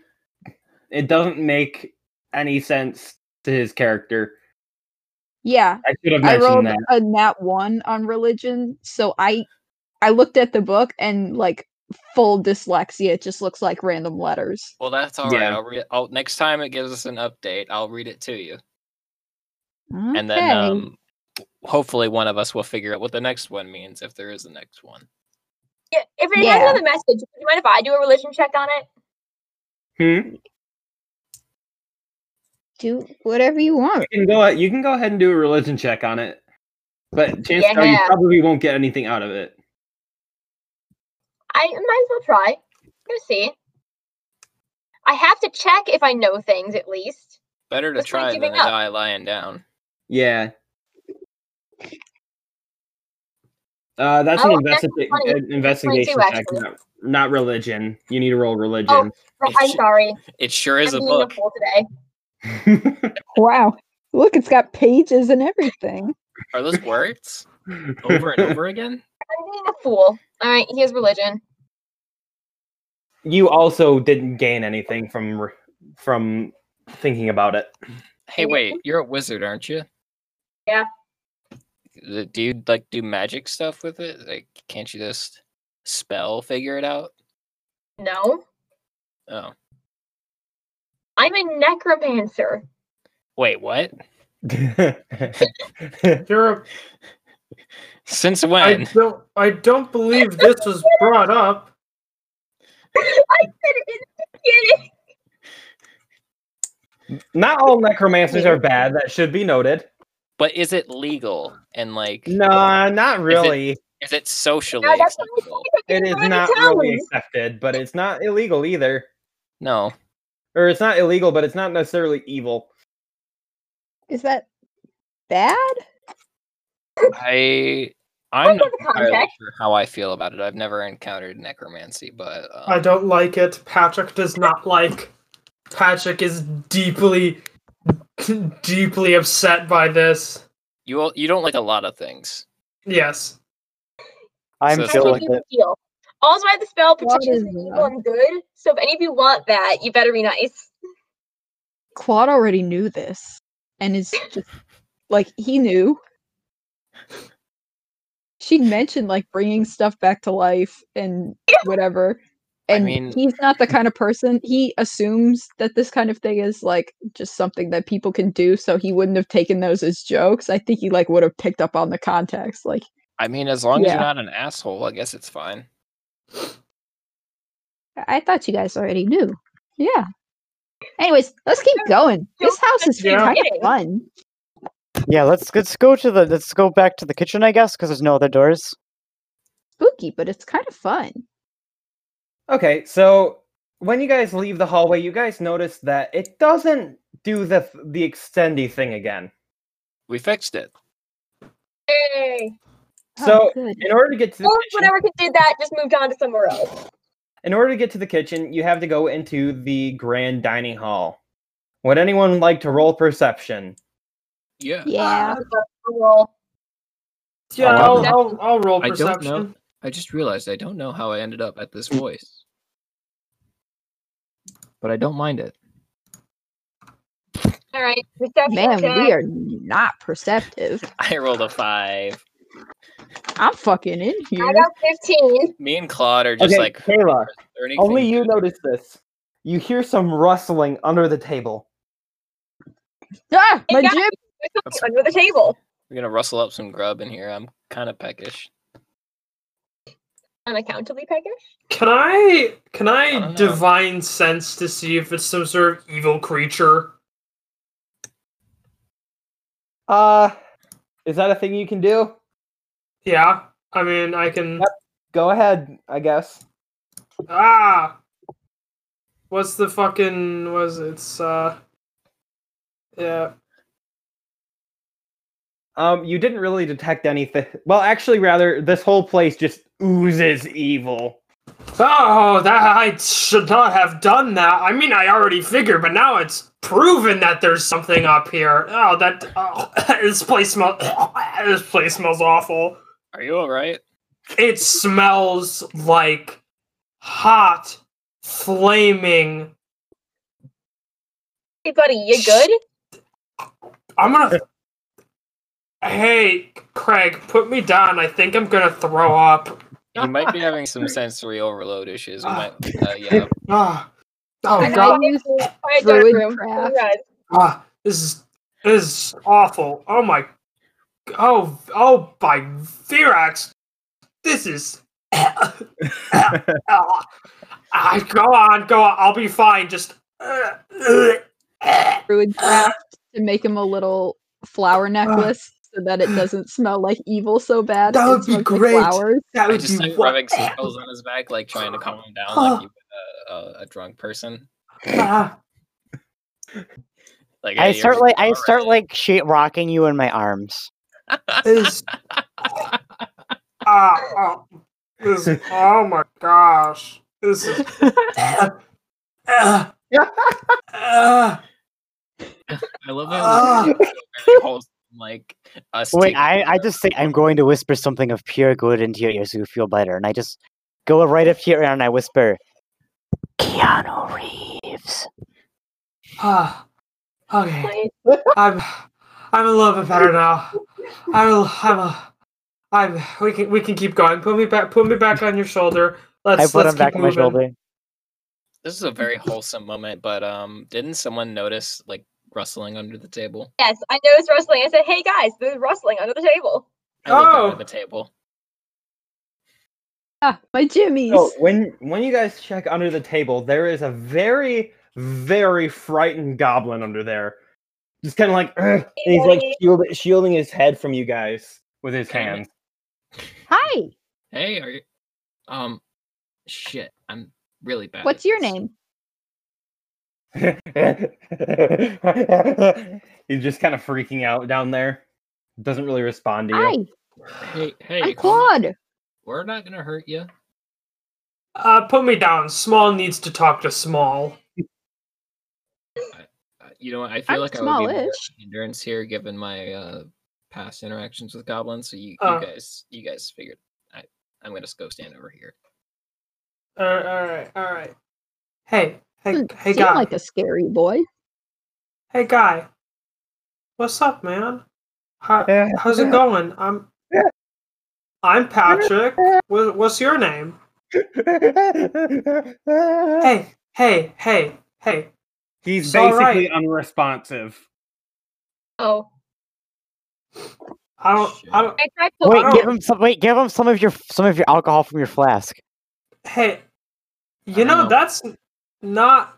Speaker 1: It doesn't make any sense to his character.
Speaker 4: Yeah.
Speaker 1: I should have
Speaker 4: I rolled
Speaker 1: mentioned that.
Speaker 4: a nat one on religion, so I I looked at the book and like full dyslexia. It just looks like random letters.
Speaker 3: Well, that's all right.
Speaker 1: Yeah.
Speaker 3: I'll read. I'll, next time it gives us an update, I'll read it to you,
Speaker 4: Okay.
Speaker 3: and then um, hopefully one of us will figure out what the next one means if there is a next one.
Speaker 6: Yeah, if it has
Speaker 4: Yeah.
Speaker 6: another message, do you mind if I do a religion check on it?
Speaker 1: Hmm?
Speaker 4: do whatever you want.
Speaker 1: You can go. You can go ahead and do a religion check on it, but chances are you
Speaker 6: Yeah.
Speaker 1: probably won't get anything out of it.
Speaker 6: I might as well try. Go see. I have to check if I know things at least.
Speaker 3: Better to
Speaker 6: That's not
Speaker 3: try than to
Speaker 6: giving up.
Speaker 3: die lying down.
Speaker 1: Yeah. Uh, that's
Speaker 6: Oh,
Speaker 1: an,
Speaker 6: that's
Speaker 1: investi-
Speaker 6: funny.
Speaker 1: an investigation
Speaker 6: 22,
Speaker 1: check,
Speaker 6: actually.
Speaker 1: not, not religion. You need to roll religion.
Speaker 6: Right,
Speaker 3: It's
Speaker 6: I'm
Speaker 3: ju-
Speaker 6: sorry.
Speaker 3: It sure is
Speaker 6: I'm
Speaker 3: a
Speaker 6: being a
Speaker 3: book.
Speaker 6: fool today. Oh.
Speaker 4: Wow. Look, it's got pages and everything.
Speaker 3: Are those words over and over again?
Speaker 6: I'm being a fool. All right, here's religion.
Speaker 1: you also didn't gain anything from re- from thinking about it.
Speaker 3: Hey, wait, you're a wizard, aren't you?
Speaker 6: Yeah.
Speaker 3: The- Do you like do magic stuff with it? Like, can't you just spell figure it out?
Speaker 6: No,
Speaker 3: Oh,
Speaker 6: I'm a necromancer.
Speaker 3: wait, what?
Speaker 5: You're.
Speaker 3: Since
Speaker 5: I
Speaker 3: when?
Speaker 5: don't. I don't believe this was brought up.
Speaker 6: I said it in the beginning.
Speaker 1: Not all necromancers are bad. That should be noted.
Speaker 3: But is it legal and like
Speaker 1: No, not really.
Speaker 3: is it socially
Speaker 6: Now that's what I
Speaker 3: acceptable?
Speaker 6: said.
Speaker 1: It is
Speaker 6: Religion
Speaker 1: not
Speaker 6: towns.
Speaker 1: really accepted, but it's not illegal either.
Speaker 3: No.
Speaker 1: Or it's not illegal, but it's not necessarily evil.
Speaker 4: Is that bad?
Speaker 3: I
Speaker 6: I
Speaker 3: I'm
Speaker 6: get
Speaker 3: not
Speaker 6: the
Speaker 3: entirely
Speaker 6: context.
Speaker 3: sure how I feel about it. I've never encountered necromancy, but um,
Speaker 5: I don't like it. Patrick does not like. Patrick is deeply, deeply upset by this.
Speaker 3: you all- you don't like a lot of things.
Speaker 5: Yes.
Speaker 2: I'm
Speaker 3: So-
Speaker 6: I
Speaker 2: still
Speaker 6: can
Speaker 2: with
Speaker 6: do
Speaker 2: it.
Speaker 6: the deal. Also, I have the spell
Speaker 4: What
Speaker 6: protection
Speaker 4: is
Speaker 6: from evil
Speaker 4: that?
Speaker 6: and good. So if any of you want that, you better be nice.
Speaker 4: Claude already knew this and is just like he knew. she mentioned like bringing stuff back to life and whatever.
Speaker 3: I
Speaker 4: And
Speaker 3: mean-
Speaker 4: he's not the kind of person. He assumes that this kind of thing is like just something that people can do, so he wouldn't have taken those as jokes. I think he like would have picked up on the context. Like,
Speaker 3: I mean, as long as
Speaker 4: Yeah.
Speaker 3: you're not an asshole, I guess it's fine.
Speaker 4: I I thought you guys already knew. Yeah. Anyways, let's keep going. This house is
Speaker 5: Yeah.
Speaker 4: kind of
Speaker 6: Kidding.
Speaker 4: fun.
Speaker 2: Yeah, let's let's go to the let's go back to the kitchen, I guess, because there's no other doors.
Speaker 4: Spooky, but it's kind of fun.
Speaker 1: Okay, so when you guys leave the hallway, you guys notice that it doesn't do the the extendy thing again.
Speaker 3: We fixed it.
Speaker 6: Yay.
Speaker 4: Oh,
Speaker 1: So
Speaker 4: good. Oh,
Speaker 1: in order to get to the
Speaker 6: Or
Speaker 1: kitchen,
Speaker 6: whatever did that just moved on to somewhere else.
Speaker 1: in order to get to the kitchen, you have to go into the grand dining hall. Would anyone like to roll perception?
Speaker 3: Yeah.
Speaker 4: yeah.
Speaker 6: Well,
Speaker 5: Yeah,
Speaker 3: I
Speaker 5: I'll,
Speaker 3: don't
Speaker 5: I'll, I'll roll
Speaker 3: Um, I don't
Speaker 5: perception.
Speaker 3: know. I just realized I don't know how I ended up at this
Speaker 2: Mm.
Speaker 3: voice. But I don't mind it.
Speaker 6: all right. Reception
Speaker 4: Man,
Speaker 6: check.
Speaker 4: we are not perceptive.
Speaker 3: I rolled a five.
Speaker 4: I'm fucking in here.
Speaker 6: I got 15.
Speaker 3: Me and Claude are just
Speaker 1: okay,
Speaker 3: like
Speaker 1: Kayla,
Speaker 3: "Or anything
Speaker 1: only you
Speaker 3: good?"
Speaker 1: notice this. You hear some rustling under the table.
Speaker 4: Ah, my
Speaker 6: Yeah.
Speaker 4: jib.
Speaker 6: There's something under the table.
Speaker 3: We're gonna rustle up some grub in here. I'm kind of peckish.
Speaker 6: Unaccountably peckish.
Speaker 5: Can I can
Speaker 3: don't
Speaker 5: I
Speaker 3: know.
Speaker 5: divine sense to see if it's some sort of evil creature?
Speaker 1: Uh is that a thing you can do?
Speaker 5: Yeah, I mean I can.
Speaker 1: Yep. Go ahead, I guess.
Speaker 5: Ah, what's the fucking was it's uh, yeah.
Speaker 1: Um, you didn't really detect anything. Well, actually, rather, this whole place just oozes evil.
Speaker 5: Oh, that I should not have done that. I mean, I already figured, but now it's proven that there's something up here. Oh, that oh, this place smells. this place smells awful.
Speaker 3: Are you all right?
Speaker 5: It smells like hot, flaming.
Speaker 6: Hey, buddy, you good?
Speaker 5: I'm gonna. hey, Craig, put me down. I think I'm gonna throw up.
Speaker 3: You might be having some sensory overload issues. You might, uh, yeah.
Speaker 5: Ah,
Speaker 4: I
Speaker 5: oh
Speaker 4: know.
Speaker 5: god.
Speaker 4: use
Speaker 6: Quiet dark
Speaker 4: druid
Speaker 6: room.
Speaker 4: craft.
Speaker 6: Red.
Speaker 5: Ah, this is this is awful. Oh my. Oh oh by Virax, this is. Ah, ah, go on, go on. I'll be fine. Just. Uh, uh,
Speaker 4: Druid craft to make him a little
Speaker 5: Ah.
Speaker 4: flower necklace so that it doesn't smell like evil so bad.
Speaker 5: That
Speaker 4: It
Speaker 5: would be
Speaker 4: smells like
Speaker 5: great.
Speaker 4: flowers.
Speaker 5: that
Speaker 3: I
Speaker 5: would
Speaker 3: just
Speaker 5: be
Speaker 3: like
Speaker 5: wa-
Speaker 3: rubbing some pills on his back, like trying to calm him down, like you would a, a, a drunk person.
Speaker 5: Ah,
Speaker 3: Like
Speaker 2: I
Speaker 3: "Hey, you're
Speaker 2: start like I
Speaker 3: all
Speaker 2: start
Speaker 3: right."
Speaker 2: like she rocking you in my arms.
Speaker 5: is ah, oh, this, oh my gosh this is Ah, ah, ah.
Speaker 3: I love how this is so very wholesome, like us.
Speaker 2: Ah. Wait,
Speaker 3: taking
Speaker 2: I, I
Speaker 3: care
Speaker 2: just think I'm going to whisper something of pure good into your ear so you feel better, and I just go right up to your ear and I whisper, Keanu Reeves.
Speaker 5: Ah, okay
Speaker 6: Please.
Speaker 5: I'm I'm a little bit better now. I'm a, I'm a, I'm we can we can keep going. Put me back put me back on your shoulder.
Speaker 2: I
Speaker 5: Let's
Speaker 2: put
Speaker 5: let's
Speaker 2: him back
Speaker 5: keep
Speaker 2: on my
Speaker 5: moving.
Speaker 2: shoulder.
Speaker 3: This is a very wholesome moment, but um, didn't someone notice like rustling under the table?
Speaker 6: Yes, I noticed rustling. I said, hey guys, there's rustling under the table.
Speaker 3: I looked
Speaker 5: Oh.
Speaker 3: under the table.
Speaker 4: Ah, my jimmies.
Speaker 1: So when when you guys check under the table, there is a very very frightened goblin under there, just kind of like, "Ugh," and he's like shield, shielding his head from you guys with his
Speaker 3: Okay.
Speaker 1: hands.
Speaker 4: Hi,
Speaker 3: Hey, are you? Um, shit, I'm really bad.
Speaker 4: what's
Speaker 3: at
Speaker 4: your
Speaker 3: this.
Speaker 4: name?
Speaker 1: he's just kind of freaking out down there. Doesn't really respond to you.
Speaker 4: Hi,
Speaker 3: Hey, hey,
Speaker 4: I'm
Speaker 3: calm down.
Speaker 4: Claude.
Speaker 3: We're not gonna hurt you.
Speaker 5: Uh, put me down. Small needs to talk to small.
Speaker 3: Uh, you know, what, I feel
Speaker 4: I'm
Speaker 3: like I would be more
Speaker 4: smallish.
Speaker 3: endurance here, given my uh past interactions with goblins. So you,
Speaker 5: Oh.
Speaker 3: you guys, you guys figured. I, I'm gonna just go stand over here.
Speaker 5: All right, all right, all right. Hey, hey,
Speaker 4: Doesn't
Speaker 5: hey,
Speaker 4: seem
Speaker 5: guy.
Speaker 4: like a scary boy.
Speaker 5: hey, guy. What's up, man? How,
Speaker 1: Yeah.
Speaker 5: how's it going? I'm. I'm Patrick. Wha- What's your name? Hey, hey, hey, hey.
Speaker 7: He's
Speaker 5: It's all
Speaker 7: basically unresponsive.
Speaker 6: Oh,
Speaker 5: I don't, I don't.
Speaker 4: I tried to
Speaker 2: Wait,
Speaker 5: don't-
Speaker 2: give him some. Wait, give him some of your some of your alcohol from your flask.
Speaker 5: Hey, you
Speaker 3: don't
Speaker 5: know,
Speaker 3: know.
Speaker 5: that's not.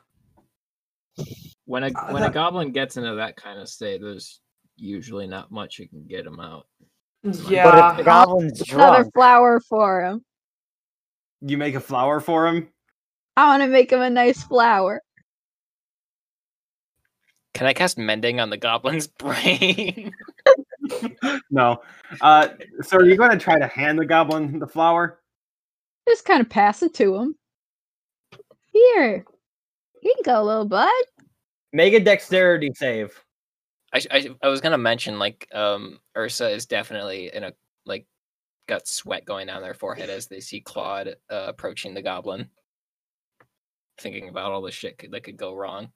Speaker 3: When a
Speaker 5: Uh,
Speaker 3: when a
Speaker 5: that-
Speaker 3: goblin gets into that kind of state, there's usually not much you can get him out.
Speaker 2: But
Speaker 5: Yeah.
Speaker 2: if the goblin's
Speaker 4: another
Speaker 2: drunk,
Speaker 4: flower for him.
Speaker 7: You make a flower for him.
Speaker 4: I want to make him a nice flower.
Speaker 3: Can I cast mending on the goblin's brain?
Speaker 7: No. Uh, so are you going to try to hand the goblin the flower?
Speaker 4: Just kind of pass it to him. Here, here you go, little bud.
Speaker 1: Make a dexterity save.
Speaker 3: I, sh- I sh- I was gonna mention like um Ursa is definitely in a like got sweat going down their forehead as they see Claude uh, approaching the goblin, thinking about all the shit could, that could go wrong.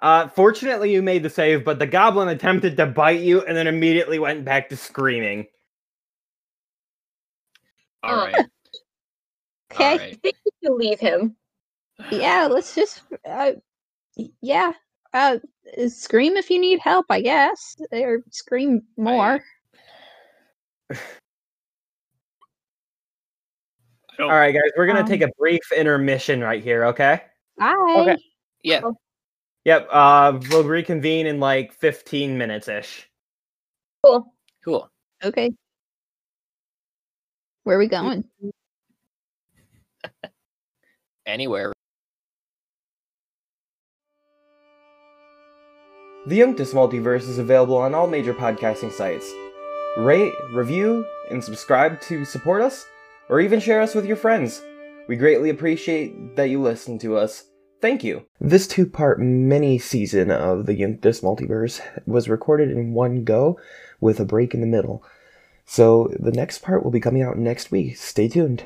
Speaker 1: Uh, fortunately, you made the save, but the goblin attempted to bite you and then immediately went back to screaming.
Speaker 3: All
Speaker 6: Oh.
Speaker 3: right, all
Speaker 4: Okay.
Speaker 6: I
Speaker 3: right.
Speaker 6: think we should leave him.
Speaker 4: Yeah, let's just. Uh, y- yeah. Uh, scream if you need help, I guess, or scream more.
Speaker 7: Oh.
Speaker 1: All right, guys, we're gonna
Speaker 4: Um.
Speaker 1: take a brief intermission right here, okay?
Speaker 4: Bye.
Speaker 1: Okay.
Speaker 3: Yeah,
Speaker 1: Yep. Uh, we'll reconvene in like fifteen minutes ish.
Speaker 6: Cool.
Speaker 3: cool.
Speaker 4: Okay. Where are we going?
Speaker 3: Anywhere.
Speaker 1: The Unctus Multiverse is available on all major podcasting sites. Rate, review, and subscribe to support us, or even share us with your friends. We greatly appreciate that you listen to us. Thank you. This two part mini season of The Unctus Multiverse was recorded in one go with a break in the middle. So the next part will be coming out next week. Stay tuned.